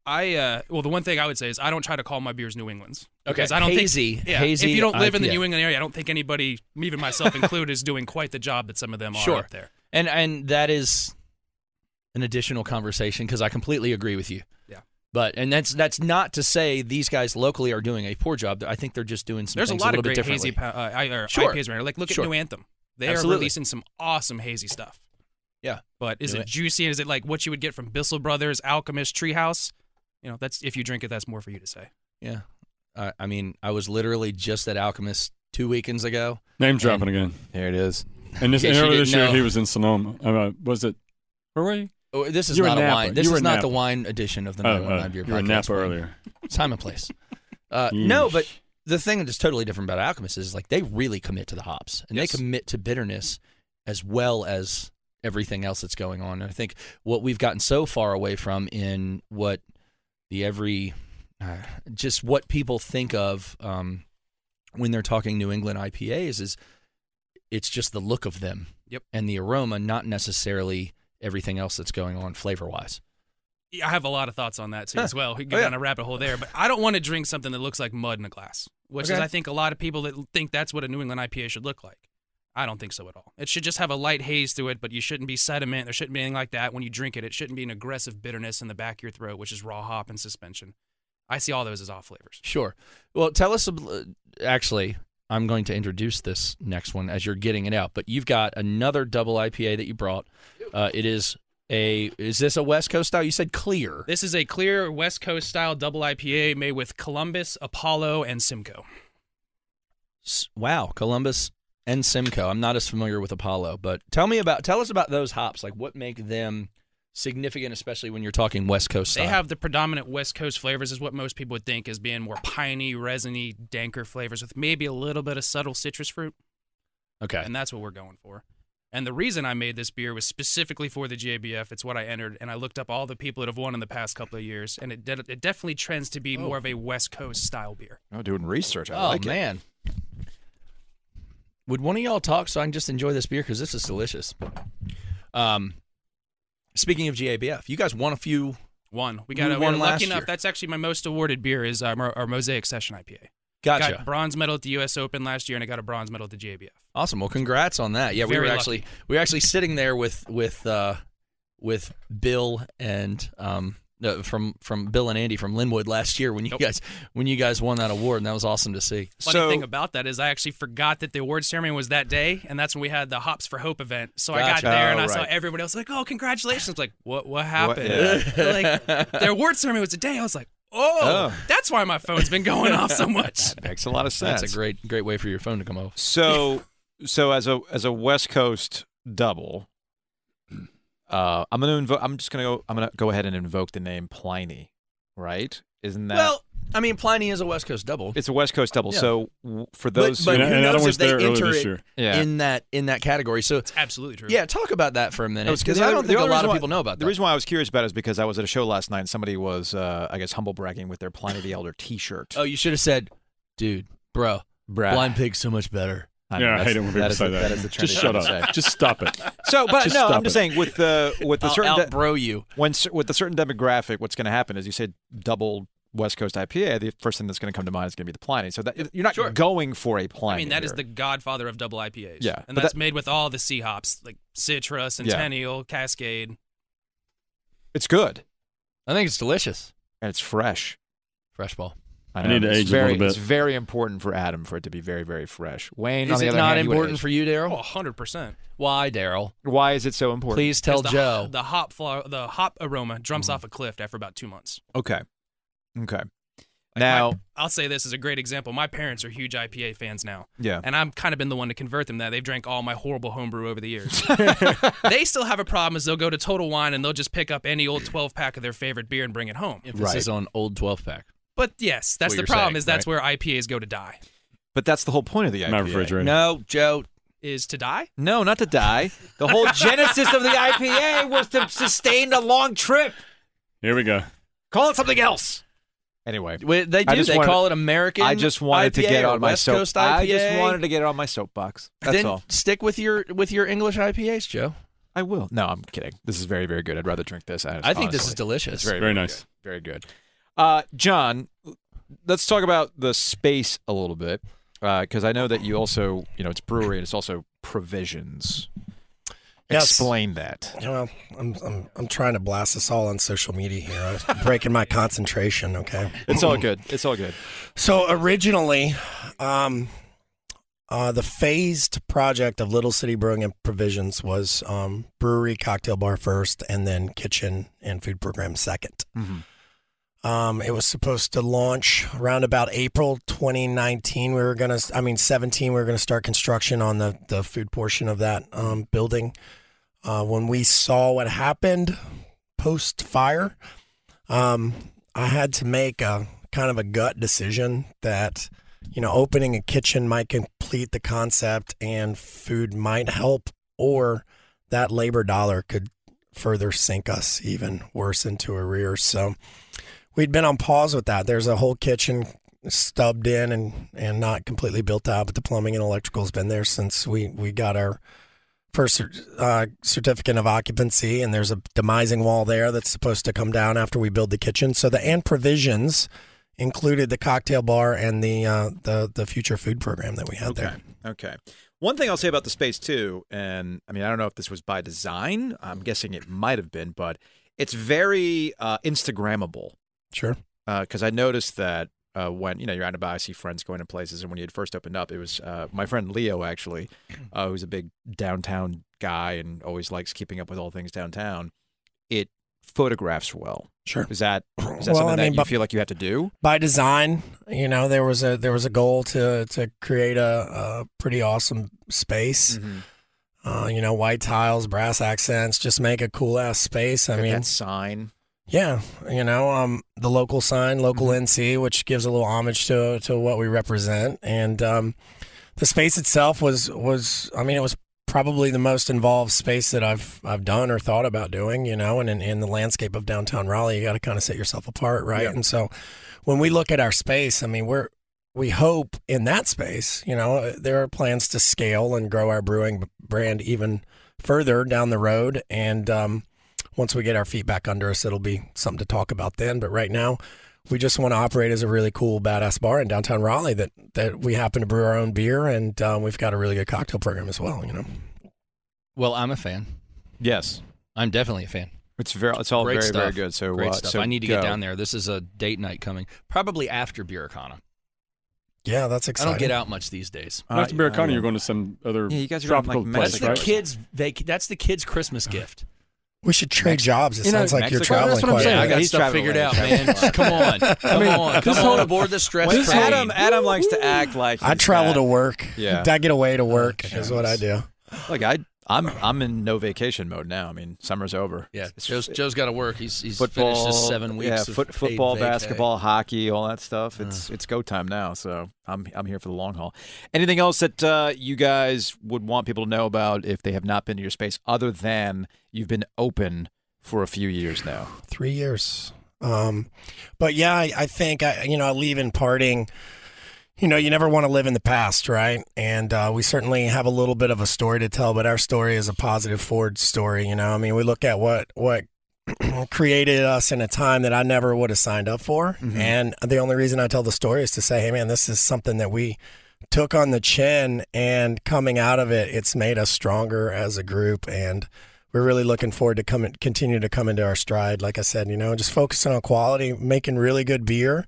G: I uh, well, the one thing I would say is I don't try to call my beers New England's
D: Okay.
G: because I don't
D: Hazy-
G: think yeah,
D: hazy
G: if you don't live in the
D: IPA.
G: New England area, I don't think anybody, even myself included, is doing quite the job that some of them are
D: Sure.
G: up there.
D: And and that is an additional conversation because I completely agree with you.
G: Yeah.
D: But and that's that's not to say these guys locally are doing a poor job. I think they're just doing some
G: There's a
D: things
G: lot
D: little
G: of great
D: bit
G: hazy
D: differently.
G: pa- uh, I, or
D: Sure.
G: IPAs right now. Like look
D: Sure.
G: at New Anthem. They
D: Absolutely.
G: are releasing some awesome hazy stuff.
D: Yeah.
G: But is
D: Do
G: it,
D: it.
G: juicy? Is it like what you would get from Bissell Brothers, Alchemist, Treehouse? You know, that's if you drink it, that's more for you to say.
D: yeah. I I mean, I was literally just at Alchemist two weekends ago.
C: Name dropping again.
B: There it is.
C: And this
D: In case
C: earlier
D: you didn't
C: this year,
D: know.
C: he was in Sonoma. Uh, was it? Where were you?
D: Oh, this is
C: You were
D: not
C: in
D: a
C: Napa.
D: wine. This
C: You were
D: is
C: in
D: not
C: Napa.
D: the wine edition of the
C: Oh,
D: 919
C: uh,
D: beer podcast.
C: you were in Napa
D: Wayne.
C: earlier.
D: Time and place. Uh, no,
C: Yeesh.
D: but the thing that's totally different about Alchemist is like they really commit to the hops and
G: Yes.
D: they commit to bitterness as well as everything else that's going on. And I think what we've gotten so far away from in what the every uh, just what people think of um, when they're talking New England IPAs is it's just the look of them
G: Yep.
D: and the aroma, not necessarily everything else that's going on flavor wise.
G: Yeah, I have a lot of thoughts on that too
D: Huh.
G: as well. We can
D: Oh,
G: go
D: yeah.
G: down a rabbit hole there, but I don't want to drink something that looks like mud in a glass, which is
D: Okay.
G: I think a lot of people that think that's what a New England IPA should look like. I don't think so at all. It should just have a light haze to it, but you shouldn't be sediment. There shouldn't be anything like that when you drink it. It shouldn't be an aggressive bitterness in the back of your throat, which is raw hop and suspension. I see all those as off flavors.
D: Sure. Well, tell us. a- Actually, I'm going to introduce this next one as you're getting it out. But you've got another double IPA that you brought. Uh, it is a. Is this a West Coast style? You said clear.
G: This is a clear West Coast style double IPA made with Columbus, Apollo, and Simcoe.
D: S- Wow, Columbus and Simcoe. I'm not as familiar with Apollo, but tell me about. Tell us about those hops. Like what make them significant, especially when you're talking West Coast style.
G: They have the predominant West Coast flavors, is what most people would think as being more piney, resiny, danker flavors with maybe a little bit of subtle citrus fruit.
D: Okay.
G: And that's what we're going for. And the reason I made this beer was specifically for the JBF. It's what I entered, and I looked up all the people that have won in the past couple of years, and it, de- it definitely trends to be more of a West Coast style beer.
B: Oh, doing research. I
D: oh
B: like it.
D: man. Would one of y'all talk so I can just enjoy this beer because this is delicious. Um, speaking of GABF, you guys won a few.
G: One, we
D: You
G: got a, we
D: won
G: were
D: last
G: lucky enough.
D: year.
G: That's actually my most awarded beer is um, our, our Mosaic Session IPA.
D: Gotcha.
G: Got bronze medal at the U.S. Open last year, and I got a bronze medal at the JBF.
D: Awesome. Well, congrats on that. Yeah, we
G: Very
D: were
G: lucky.
D: actually we were actually sitting there with with uh, with Bill and um no, from from Bill and Andy from Linwood last year when you
G: Yep.
D: guys when you guys won that award and that was awesome to see.
G: Funny
B: So-
G: thing about that is I actually forgot that the award ceremony was that day, and that's when we had the Hops for Hope event. So I got
D: Gotcha.
G: there and
B: Oh,
G: I saw
B: right.
G: everybody else like, "Oh, congratulations!" Like, what? What happened?
B: yeah.
G: They're like the award ceremony was today. I was like, "Oh,
B: Oh.
G: that's why my phone's been going off so much."
B: Makes a lot of sense.
D: That's a great great way for your phone to come off.
B: So, so as a as a West Coast double, uh, I'm gonna invoke. I'm just gonna go. I'm gonna go ahead and invoke the name Pliny, right? Isn't that?
D: Well, I mean, Pliny is a West Coast double.
B: it's a West Coast double.
D: Yeah.
B: So w- for those,
D: but
B: who,
C: and,
D: who
C: and
D: knows
C: Adam
D: if
C: was
D: they
C: there earlier
D: enter
C: this
D: it-
C: year.
B: yeah.
D: in that in that category. So
G: It's absolutely true.
D: yeah, talk about that for a minute
B: was-
D: because
B: the
D: I
B: other-
D: don't
B: the
D: think a
B: other
D: lot
B: reason
D: of
B: why-
D: people know about
B: The
D: that.
B: reason why I was curious about it is because I was at a show last night and somebody was, uh, I guess, humble bragging with their Pliny the Elder T-shirt.
D: Oh, you should have said, dude, bro,
B: Brad.
D: blind pig's so much better.
B: I
C: yeah, I
B: that's-
C: hate it when people
B: is
C: say
B: the-
C: that.
B: That is the trendy
C: Just shut
B: thing to
C: up.
B: say.
C: Just stop it.
B: So, but
C: Just
B: no,
C: stop
B: I'm just
C: it.
B: saying with the with the
D: I'll
B: certain
D: out
B: de-
D: bro you.
B: when cer- with the certain demographic, what's going to happen is you say double West Coast IPA. The first thing that's going to come to mind is going to be the Pliny. So that you're not
G: Sure.
B: going for a Pliny.
G: I mean, that is
B: here.
G: the godfather of double IPAs.
B: Yeah,
G: And
B: but
G: that's
B: that-
G: made with all the sea hops, like Citra, Centennial, Cascade.
B: It's good
D: I think it's delicious.
B: and it's fresh.
D: Fresh ball.
B: I,
C: I need
B: know.
C: to
B: It's
C: age it a
B: very,
C: little bit.
B: It's very important for Adam for it to be very, very fresh. Wayne, on
D: Is
B: the
D: it
B: other
D: not
B: hand, you would
D: important
B: age-
D: for you,
G: Oh,
D: Daryl?
G: 100%.
D: Why, Daryl?
B: Why is it so important?
D: Please tell
G: 'Cause the,
D: Joe.
G: The hop, flow, the hop aroma jumps
B: Mm-hmm.
G: off a cliff after about two months.
B: Okay. Okay. Now,
G: I'll say this is a great example. My parents are huge IPA fans now.
B: yeah.
G: And I've kind of been the one to convert them that they've drank all my horrible homebrew over the years. they still have a problem is they'll go to Total Wine and they'll just pick up any old 12 pack of their favorite beer and bring it home.
D: Emphasis on old 12 pack.
G: But yes, that's
D: What
G: the
D: you're
G: problem
D: saying,
G: is that's where IPAs go to die.
B: But that's the whole point of the IPA.
C: My refrigerator.
D: No, Joe.
G: Is to die?
B: No, not to die. The whole genesis of the IPA was to sustain a long trip.
C: Here we go.
B: Call it something else. Anyway,
D: Wait, They do.
B: just
D: They
B: wanted-
D: call it American.
B: I just wanted to
D: IPA
B: get
D: or
B: on my
D: West
B: soap.
D: Coast IPA.
B: I just wanted to get on my soapbox. That's
D: then
B: all.
D: stick with your with your English IPAs, Joe.
B: I will. No, I'm kidding. This is very, very good. I'd rather drink this. I
D: I think this is delicious.
B: very,
C: Very nice.
B: Very good. Uh, John, let's talk about the space a little bit because I know that you also, you know, it's brewery and it's also provisions.
F: Yes.
B: Explain that.
F: Well, I'm, I'm, I'm trying to blast us all on social media here. I'm breaking my concentration, okay?
B: It's all good. It's all good.
F: So originally, um, uh, the phased project of Little City Brewing and Provisions was um, brewery, cocktail bar first, and then kitchen and food program 2nd
B: Mhm.
F: Um, it was supposed to launch around about April 2019. We were gonna, I mean, 17. We were gonna start construction on the the food portion of that um, building. Uh, when we saw what happened post fire, um, I had to make a kind of a gut decision that, you know, opening a kitchen might complete the concept and food might help, or that labor dollar could further sink us even worse into arrears. So we'd been on pause with that. There's a whole kitchen stubbed in and, and not completely built out, but the plumbing and electrical has been there since we, we got our first cer- uh, certificate of occupancy, and there's a demising wall there that's supposed to come down after we build the kitchen. So the and provisions included the cocktail bar and the uh, the the future food program that we had there.
B: Okay. One thing I'll say about the space too, and I mean, I don't know if this was by design. I'm guessing it might have been, but it's very uh, Instagrammable.
F: Sure.
B: because I noticed that uh, when you know you're out and about, I see friends going to places, and when you had first opened up, it was uh, my friend Leo actually, uh, who's a big downtown guy and always likes keeping up with all things downtown. It photographs well.
F: Sure.
B: Is that is that something
F: Well, I
B: that
F: mean,
B: you
F: but-
B: feel like you have to do?
F: by design, you know, there was a there was a goal to to create a, a pretty awesome space.
B: Mm. Mm-hmm.
F: Uh, you know, white tiles, brass accents, just make a cool ass space. I
B: Got
F: mean,
B: that sign.
F: yeah, you know, um, the local sign, local NC, which gives a little homage to to what we represent, and um, the space itself was was I mean, it was probably the most involved space that I've I've done or thought about doing, you know, and in, in the landscape of downtown Raleigh, you got to kind of set yourself apart, right? And so when we look at our space, I mean, we're we hope in that space, you know, uh, there are plans to scale and grow our brewing brand even further down the road, and um, once we get our feet back under us, it'll be something to talk about then. But right now, we just want to operate as a really cool, badass bar in downtown Raleigh that that we happen to brew our own beer, and um, we've got a really good cocktail program as well. You know,
D: Well, I'm a fan.
B: Yes,
D: I'm definitely a fan.
B: it's very. It's all
D: Great
B: very very
D: stuff.
B: good. So
D: Great
B: uh,
D: stuff.
B: so
D: I need to
B: go.
D: get down there. This is a date night coming, probably after Buracana.
F: yeah, that's
D: I
F: exciting.
D: don't get out much these days.
B: Uh,
C: After Americana,
B: yeah.
C: you're going to some other
B: Yeah, you guys are going to,
C: tropical
B: like,
C: place,
D: That's
B: Mexico.
D: the
C: right?
D: kids. Vac- that's the kids' Christmas gift.
F: We should trade jobs. It
B: You know,
F: sounds like you're
B: Mexico- Well,
F: traveling.
B: that's what I'm
F: quite a
B: saying.
D: Yeah, I
F: bit.
D: got
B: He's
D: stuff
B: traveling
D: figured
B: around.
D: out, man. Just come on, come on, come on aboard the stress
B: Well,
D: train.
B: Adam Adam likes to act like
F: I
B: he's
F: travel
B: that-
F: to work.
B: Yeah. Oh,
F: I get away to work is what I do.
B: Look, I I'm I'm in no vacation mode now. I mean, summer's over.
D: Yeah, Joe's, Joe's got to work. He's he's
B: Football,
D: finished his seven weeks.
B: Yeah,
D: of
B: foot,
D: paid
B: football,
D: vacay.
B: basketball, hockey, all that stuff. It's it's go time now. So I'm I'm here for the long haul. Anything else that uh, you guys would want people to know about if they have not been to your space, other than you've been open for a few years now?
F: three years. Um, but yeah, I, I think I, you know, I leave in parting. You know, you never want to live in the past, right? And uh, we certainly have a little bit of a story to tell, but our story is a positive forward story. You know, I mean, we look at what what created us in a time that I never would have signed up for, and the only reason I tell the story is to say, hey, man, this is something that we took on the chin, and coming out of it, it's made us stronger as a group, and we're really looking forward to coming continue to come into our stride. Like I said, you know, just focusing on quality, making really good beer,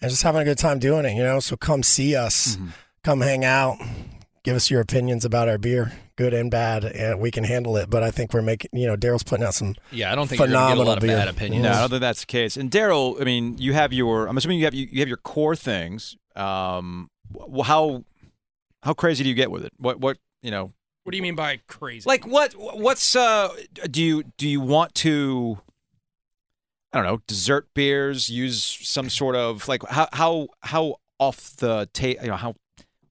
F: and just having a good time doing it. You know, so come see us, come hang out, give us your opinions about our beer, good and bad, and we can handle it. But I think we're making, you know, Daryl's putting out some
D: Yeah, I don't think you're gonna get a lot of
F: Phenomenal
D: bad
F: beer.
D: opinions.
B: No, I don't think that's the case. And Daryl, I mean, you have your. I'm assuming you have you, you have your core things. Um, wh- how how crazy do you get with it? What what you know?
G: What do you mean by crazy?
B: Like what what's uh do you do you want to? I don't know. Dessert beers use some sort of like how how how off the ta- you know how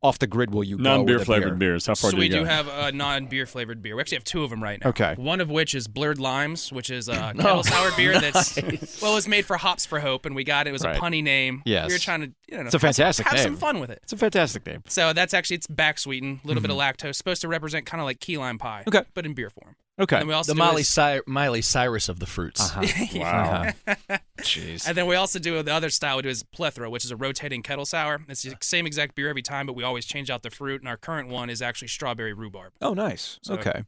B: off the grid will you go with a
C: Non-beer flavored
B: beer?
C: beers. How far
G: so
C: do
G: we
C: you go?
G: do have a non-beer flavored beer. We actually have two of them right now.
B: Okay. Oh,
G: One of which is Blurred Limes, which is a kettle sour beer that's well, it was made for Hops for Hope, and we got it. It was
B: Right.
G: a punny name.
B: Yes.
G: We were trying to, you
B: It's a
G: know, have some-
B: fantastic
G: Have
B: name.
G: some fun with it.
B: It's a fantastic name.
G: So that's actually it's back sweetened, a little bit of lactose, supposed to represent kind of like key lime pie.
B: Okay.
G: But in beer form.
B: Okay.
G: And we also
D: the
G: do
D: Miley,
G: is-
D: Cy- Miley Cyrus of the fruits.
B: Uh-huh.
C: Uh-huh.
B: Wow. Jeez.
G: And then we also do the other style we do is plethora, which is a rotating kettle sour. It's the same exact beer every time, but we always change out the fruit. And our current one is actually strawberry rhubarb.
B: Oh, nice.
G: So-
B: okay.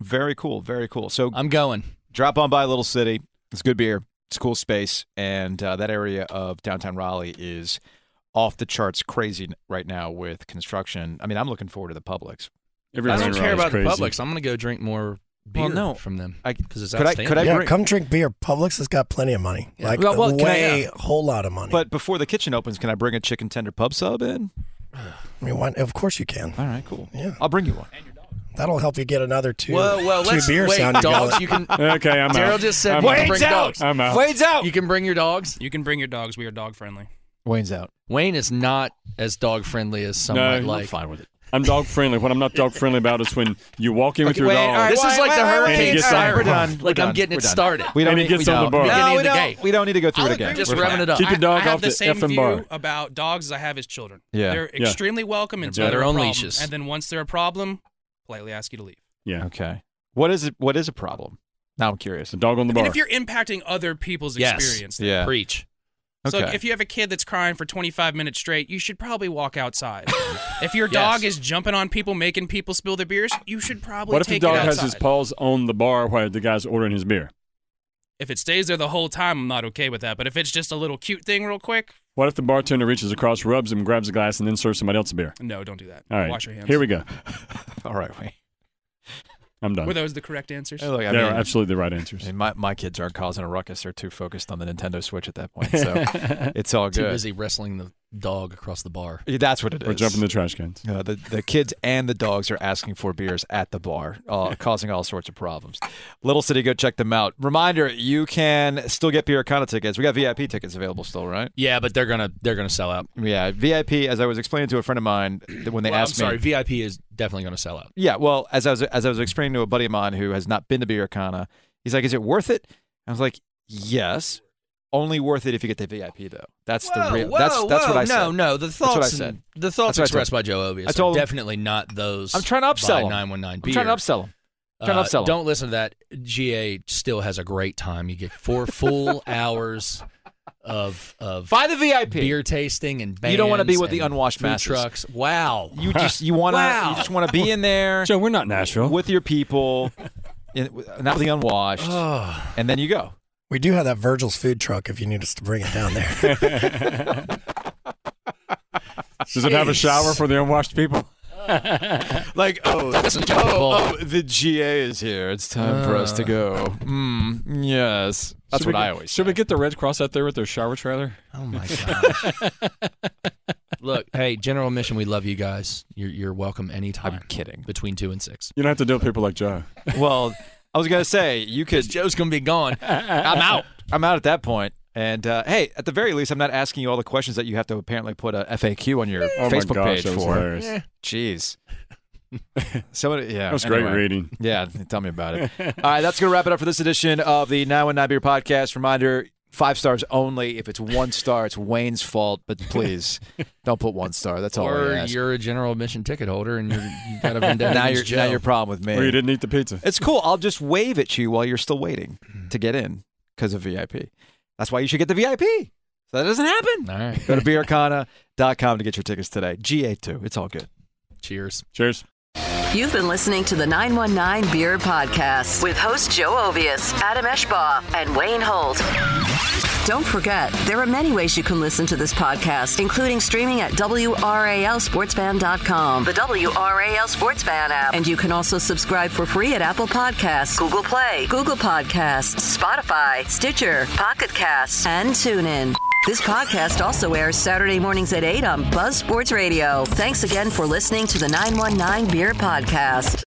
B: Very cool. Very cool. So
D: I'm going.
B: drop on by Little City. It's good beer. It's a cool space, and uh, that area of downtown Raleigh is off the charts crazy n- right now with construction. I mean, I'm looking forward to the Publix.
C: Everyone
D: I
C: in
D: don't care
C: Raleigh is
D: about
C: crazy.
D: the Publix. I'm going to go drink more beer
B: Well, no.
D: from them
B: I-
D: because it's
B: could I-
D: outstanding.
B: could I-
F: yeah,
B: agree.
F: come drink beer. Publix has got plenty of money,
D: Yeah.
F: like
B: Well, well, can I-
F: way
B: yeah.
F: whole lot of money.
B: But before the kitchen opens, can I bring a chicken tender pub sub in?
F: I mean, why, of course you can.
B: All right, cool.
F: Yeah.
B: I'll bring you one.
F: That'll help you get another two.
D: Well, well,
F: 2
D: let's
F: beer
D: wait.
F: sound you got.
D: Dogs, you can.
C: Okay, I'm
D: Daryl
C: out.
D: just said
C: I'm
D: you can
C: out.
D: bring dogs.
C: I'm out.
B: Wayne's out.
D: You can bring your dogs.
G: You can bring your dogs. We are dog friendly.
B: Wayne's out.
D: Wayne is not as dog friendly as some
C: No,
D: might
C: I'm
D: like.
B: fine with it.
C: I'm dog friendly. What I'm not dog friendly about is when you walk in with your
B: Wayne,
C: dog.
B: all right,
D: This
B: Wayne,
D: is like the
B: Wayne,
D: hurricane
B: Wayne,
C: gets
B: all right,
C: on.
B: We're done.
D: Like,
B: We're
D: I'm
B: done.
D: getting it
B: We're done.
D: started.
B: We don't
C: And he
B: need,
C: gets
B: we
C: on
B: don't.
C: the bar.
B: No,
D: Beginning
B: we
D: of the
B: don't.
D: gate.
B: We don't need to go through
G: I'll
B: it again.
G: agree
D: Just
B: We're fine.
D: revving it up.
C: Keep your
G: I, I
C: dog
G: have
C: off
G: the,
C: the
G: same
C: effing
G: view
C: bar.
G: about dogs as I have as children.
B: Yeah.
G: They're
C: Yeah.
G: extremely welcome until
D: They're
G: they're
D: their
G: a
D: own
G: problem,
D: leashes.
G: And then once they're a problem, politely ask you to leave.
C: Yeah,
B: Okay. What is it? What is a problem? Now I'm curious.
C: it's a dog on the
G: I
C: bar.
G: mean, if you're impacting other people's
D: Yes.
G: experience, then-
B: Yeah.
D: Preach.
G: So
B: Okay.
G: if you have a kid that's crying for 25 minutes straight, you should probably walk outside. if your
D: Yes.
G: dog is jumping on people, making people spill their beers, you should probably
C: what if the
G: take
C: dog
G: it outside.
C: has his paws on the bar while the guy's ordering his beer?
G: if it stays there the whole time, I'm not okay with that. But if it's just a little cute thing, real quick,
C: What if the bartender reaches across, rubs him, grabs a glass, and then serves somebody else a beer?
G: no, don't do that.
C: All right,
G: wash your hands.
C: Here we go.
B: All right, Wayne.
C: I'm done.
G: Were those the correct answers?
B: Hey, look, I
C: They're
B: mean-
C: absolutely the right
B: I
C: answers.
B: mean, my, my kids aren't causing a ruckus. They're too focused on the Nintendo Switch at that point. So it's all
D: Too
B: good.
D: busy wrestling the dog across the bar.
B: Yeah, That's what it is.
C: Or jumping the trash cans.
B: Uh, the, the kids and the dogs are asking for beers at the bar, uh, causing all sorts of problems. Little City, go check them out. Reminder you can still get Piracana tickets. We got VIP tickets available still, right?
D: Yeah, but they're gonna they're gonna sell out.
B: Yeah, VIP, as I was explaining to a friend of mine, th- when they
D: Well, I'm
B: asked
D: sorry,
B: me.
D: VIP is definitely gonna sell out.
B: Yeah, well, as I was as I was explaining to a buddy of mine who has not been to Piracana, he's like, "Is it worth it?" I was like, "Yes, only worth it if you get the VIP though." That's the real. that's that's what I said.
D: No, no, the
B: what I
D: thoughts
B: said.
D: and- the thoughts
B: That's what I
D: expressed
B: told-
D: by Joe Obvious
B: I told
D: are
B: him-
D: definitely not those.
B: I'm trying to upsell him.
D: nine one nine
B: I'm
D: beer.
B: trying to upsell them. Trying to
D: Uh,
B: upsell 'em.
D: Don't listen to that. GA still has a great time. You get four full hours of of
B: Buy the VIP.
D: beer tasting and bands
B: You don't wanna be with
D: and
B: the unwashed
D: food
B: masses.
D: trucks. Wow.
B: You just you want to
D: Wow.
B: you just want to be in there
C: Joe, we're not Nashville.
B: with your people, in, not with the unwashed,
D: Oh.
B: and then you go.
F: We do have that Virgil's food truck if you need us to bring it down there.
C: Does it have a shower for the unwashed people?
B: Like oh,
D: oh,
B: the GA is here. It's time for us to go. Mm, yes, that's
C: Uh. Should we
B: what I
C: get-
B: always.
C: Should we get the Red Cross out there with their shower trailer?
D: oh my god. Oh Look, hey, General Mission, we love you guys. You're you're welcome anytime.
B: I'm kidding.
D: Between two and six.
C: You don't have to deal with people like Joe.
B: Well, I was gonna say you could.
D: Joe's gonna be gone. I'm out.
B: I'm out at that point. And uh, hey, at the very least, I'm not asking you all the questions that you have to apparently put a FAQ on your
C: Oh
B: Facebook
C: my gosh,
B: page
C: that was
B: for.
C: hilarious.
B: Jeez. Somebody, yeah.
C: That was
B: anyway.
C: great reading.
B: Yeah, tell me about it. All right, that's going to wrap it up for this edition of the 919 Beer Podcast. Reminder five stars only. If it's one star, it's Wayne's fault, but please don't put one star. That's all I
D: Or
B: ask.
D: you're a General Mission ticket holder and you're, you got a vendetta
B: now, you're,
D: against
B: now
D: Joe.
B: your problem with me.
C: Or you didn't eat the pizza.
B: It's cool. I'll just wave at you while you're still waiting to get in because of VIP. That's why you should get the VIP. So that doesn't happen.
D: All right.
B: Go to beercana.com to get your tickets today. GA2. It's all good.
D: Cheers.
C: Cheers.
A: You've been listening to the 919 Beer Podcast with host Joe Ovius, Adam Eshbaugh, and Wayne Holt. Don't forget, there are many ways you can listen to this podcast, including streaming at WRALSportsFan.com, the WRAL Sports Fan app, and you can also subscribe for free at Apple Podcasts, Google Play, Google Podcasts, Spotify, Stitcher, Pocket Casts, and TuneIn. This podcast also airs Saturday mornings at 8 on Buzz Sports Radio. Thanks again for listening to the 919 Beer Podcast.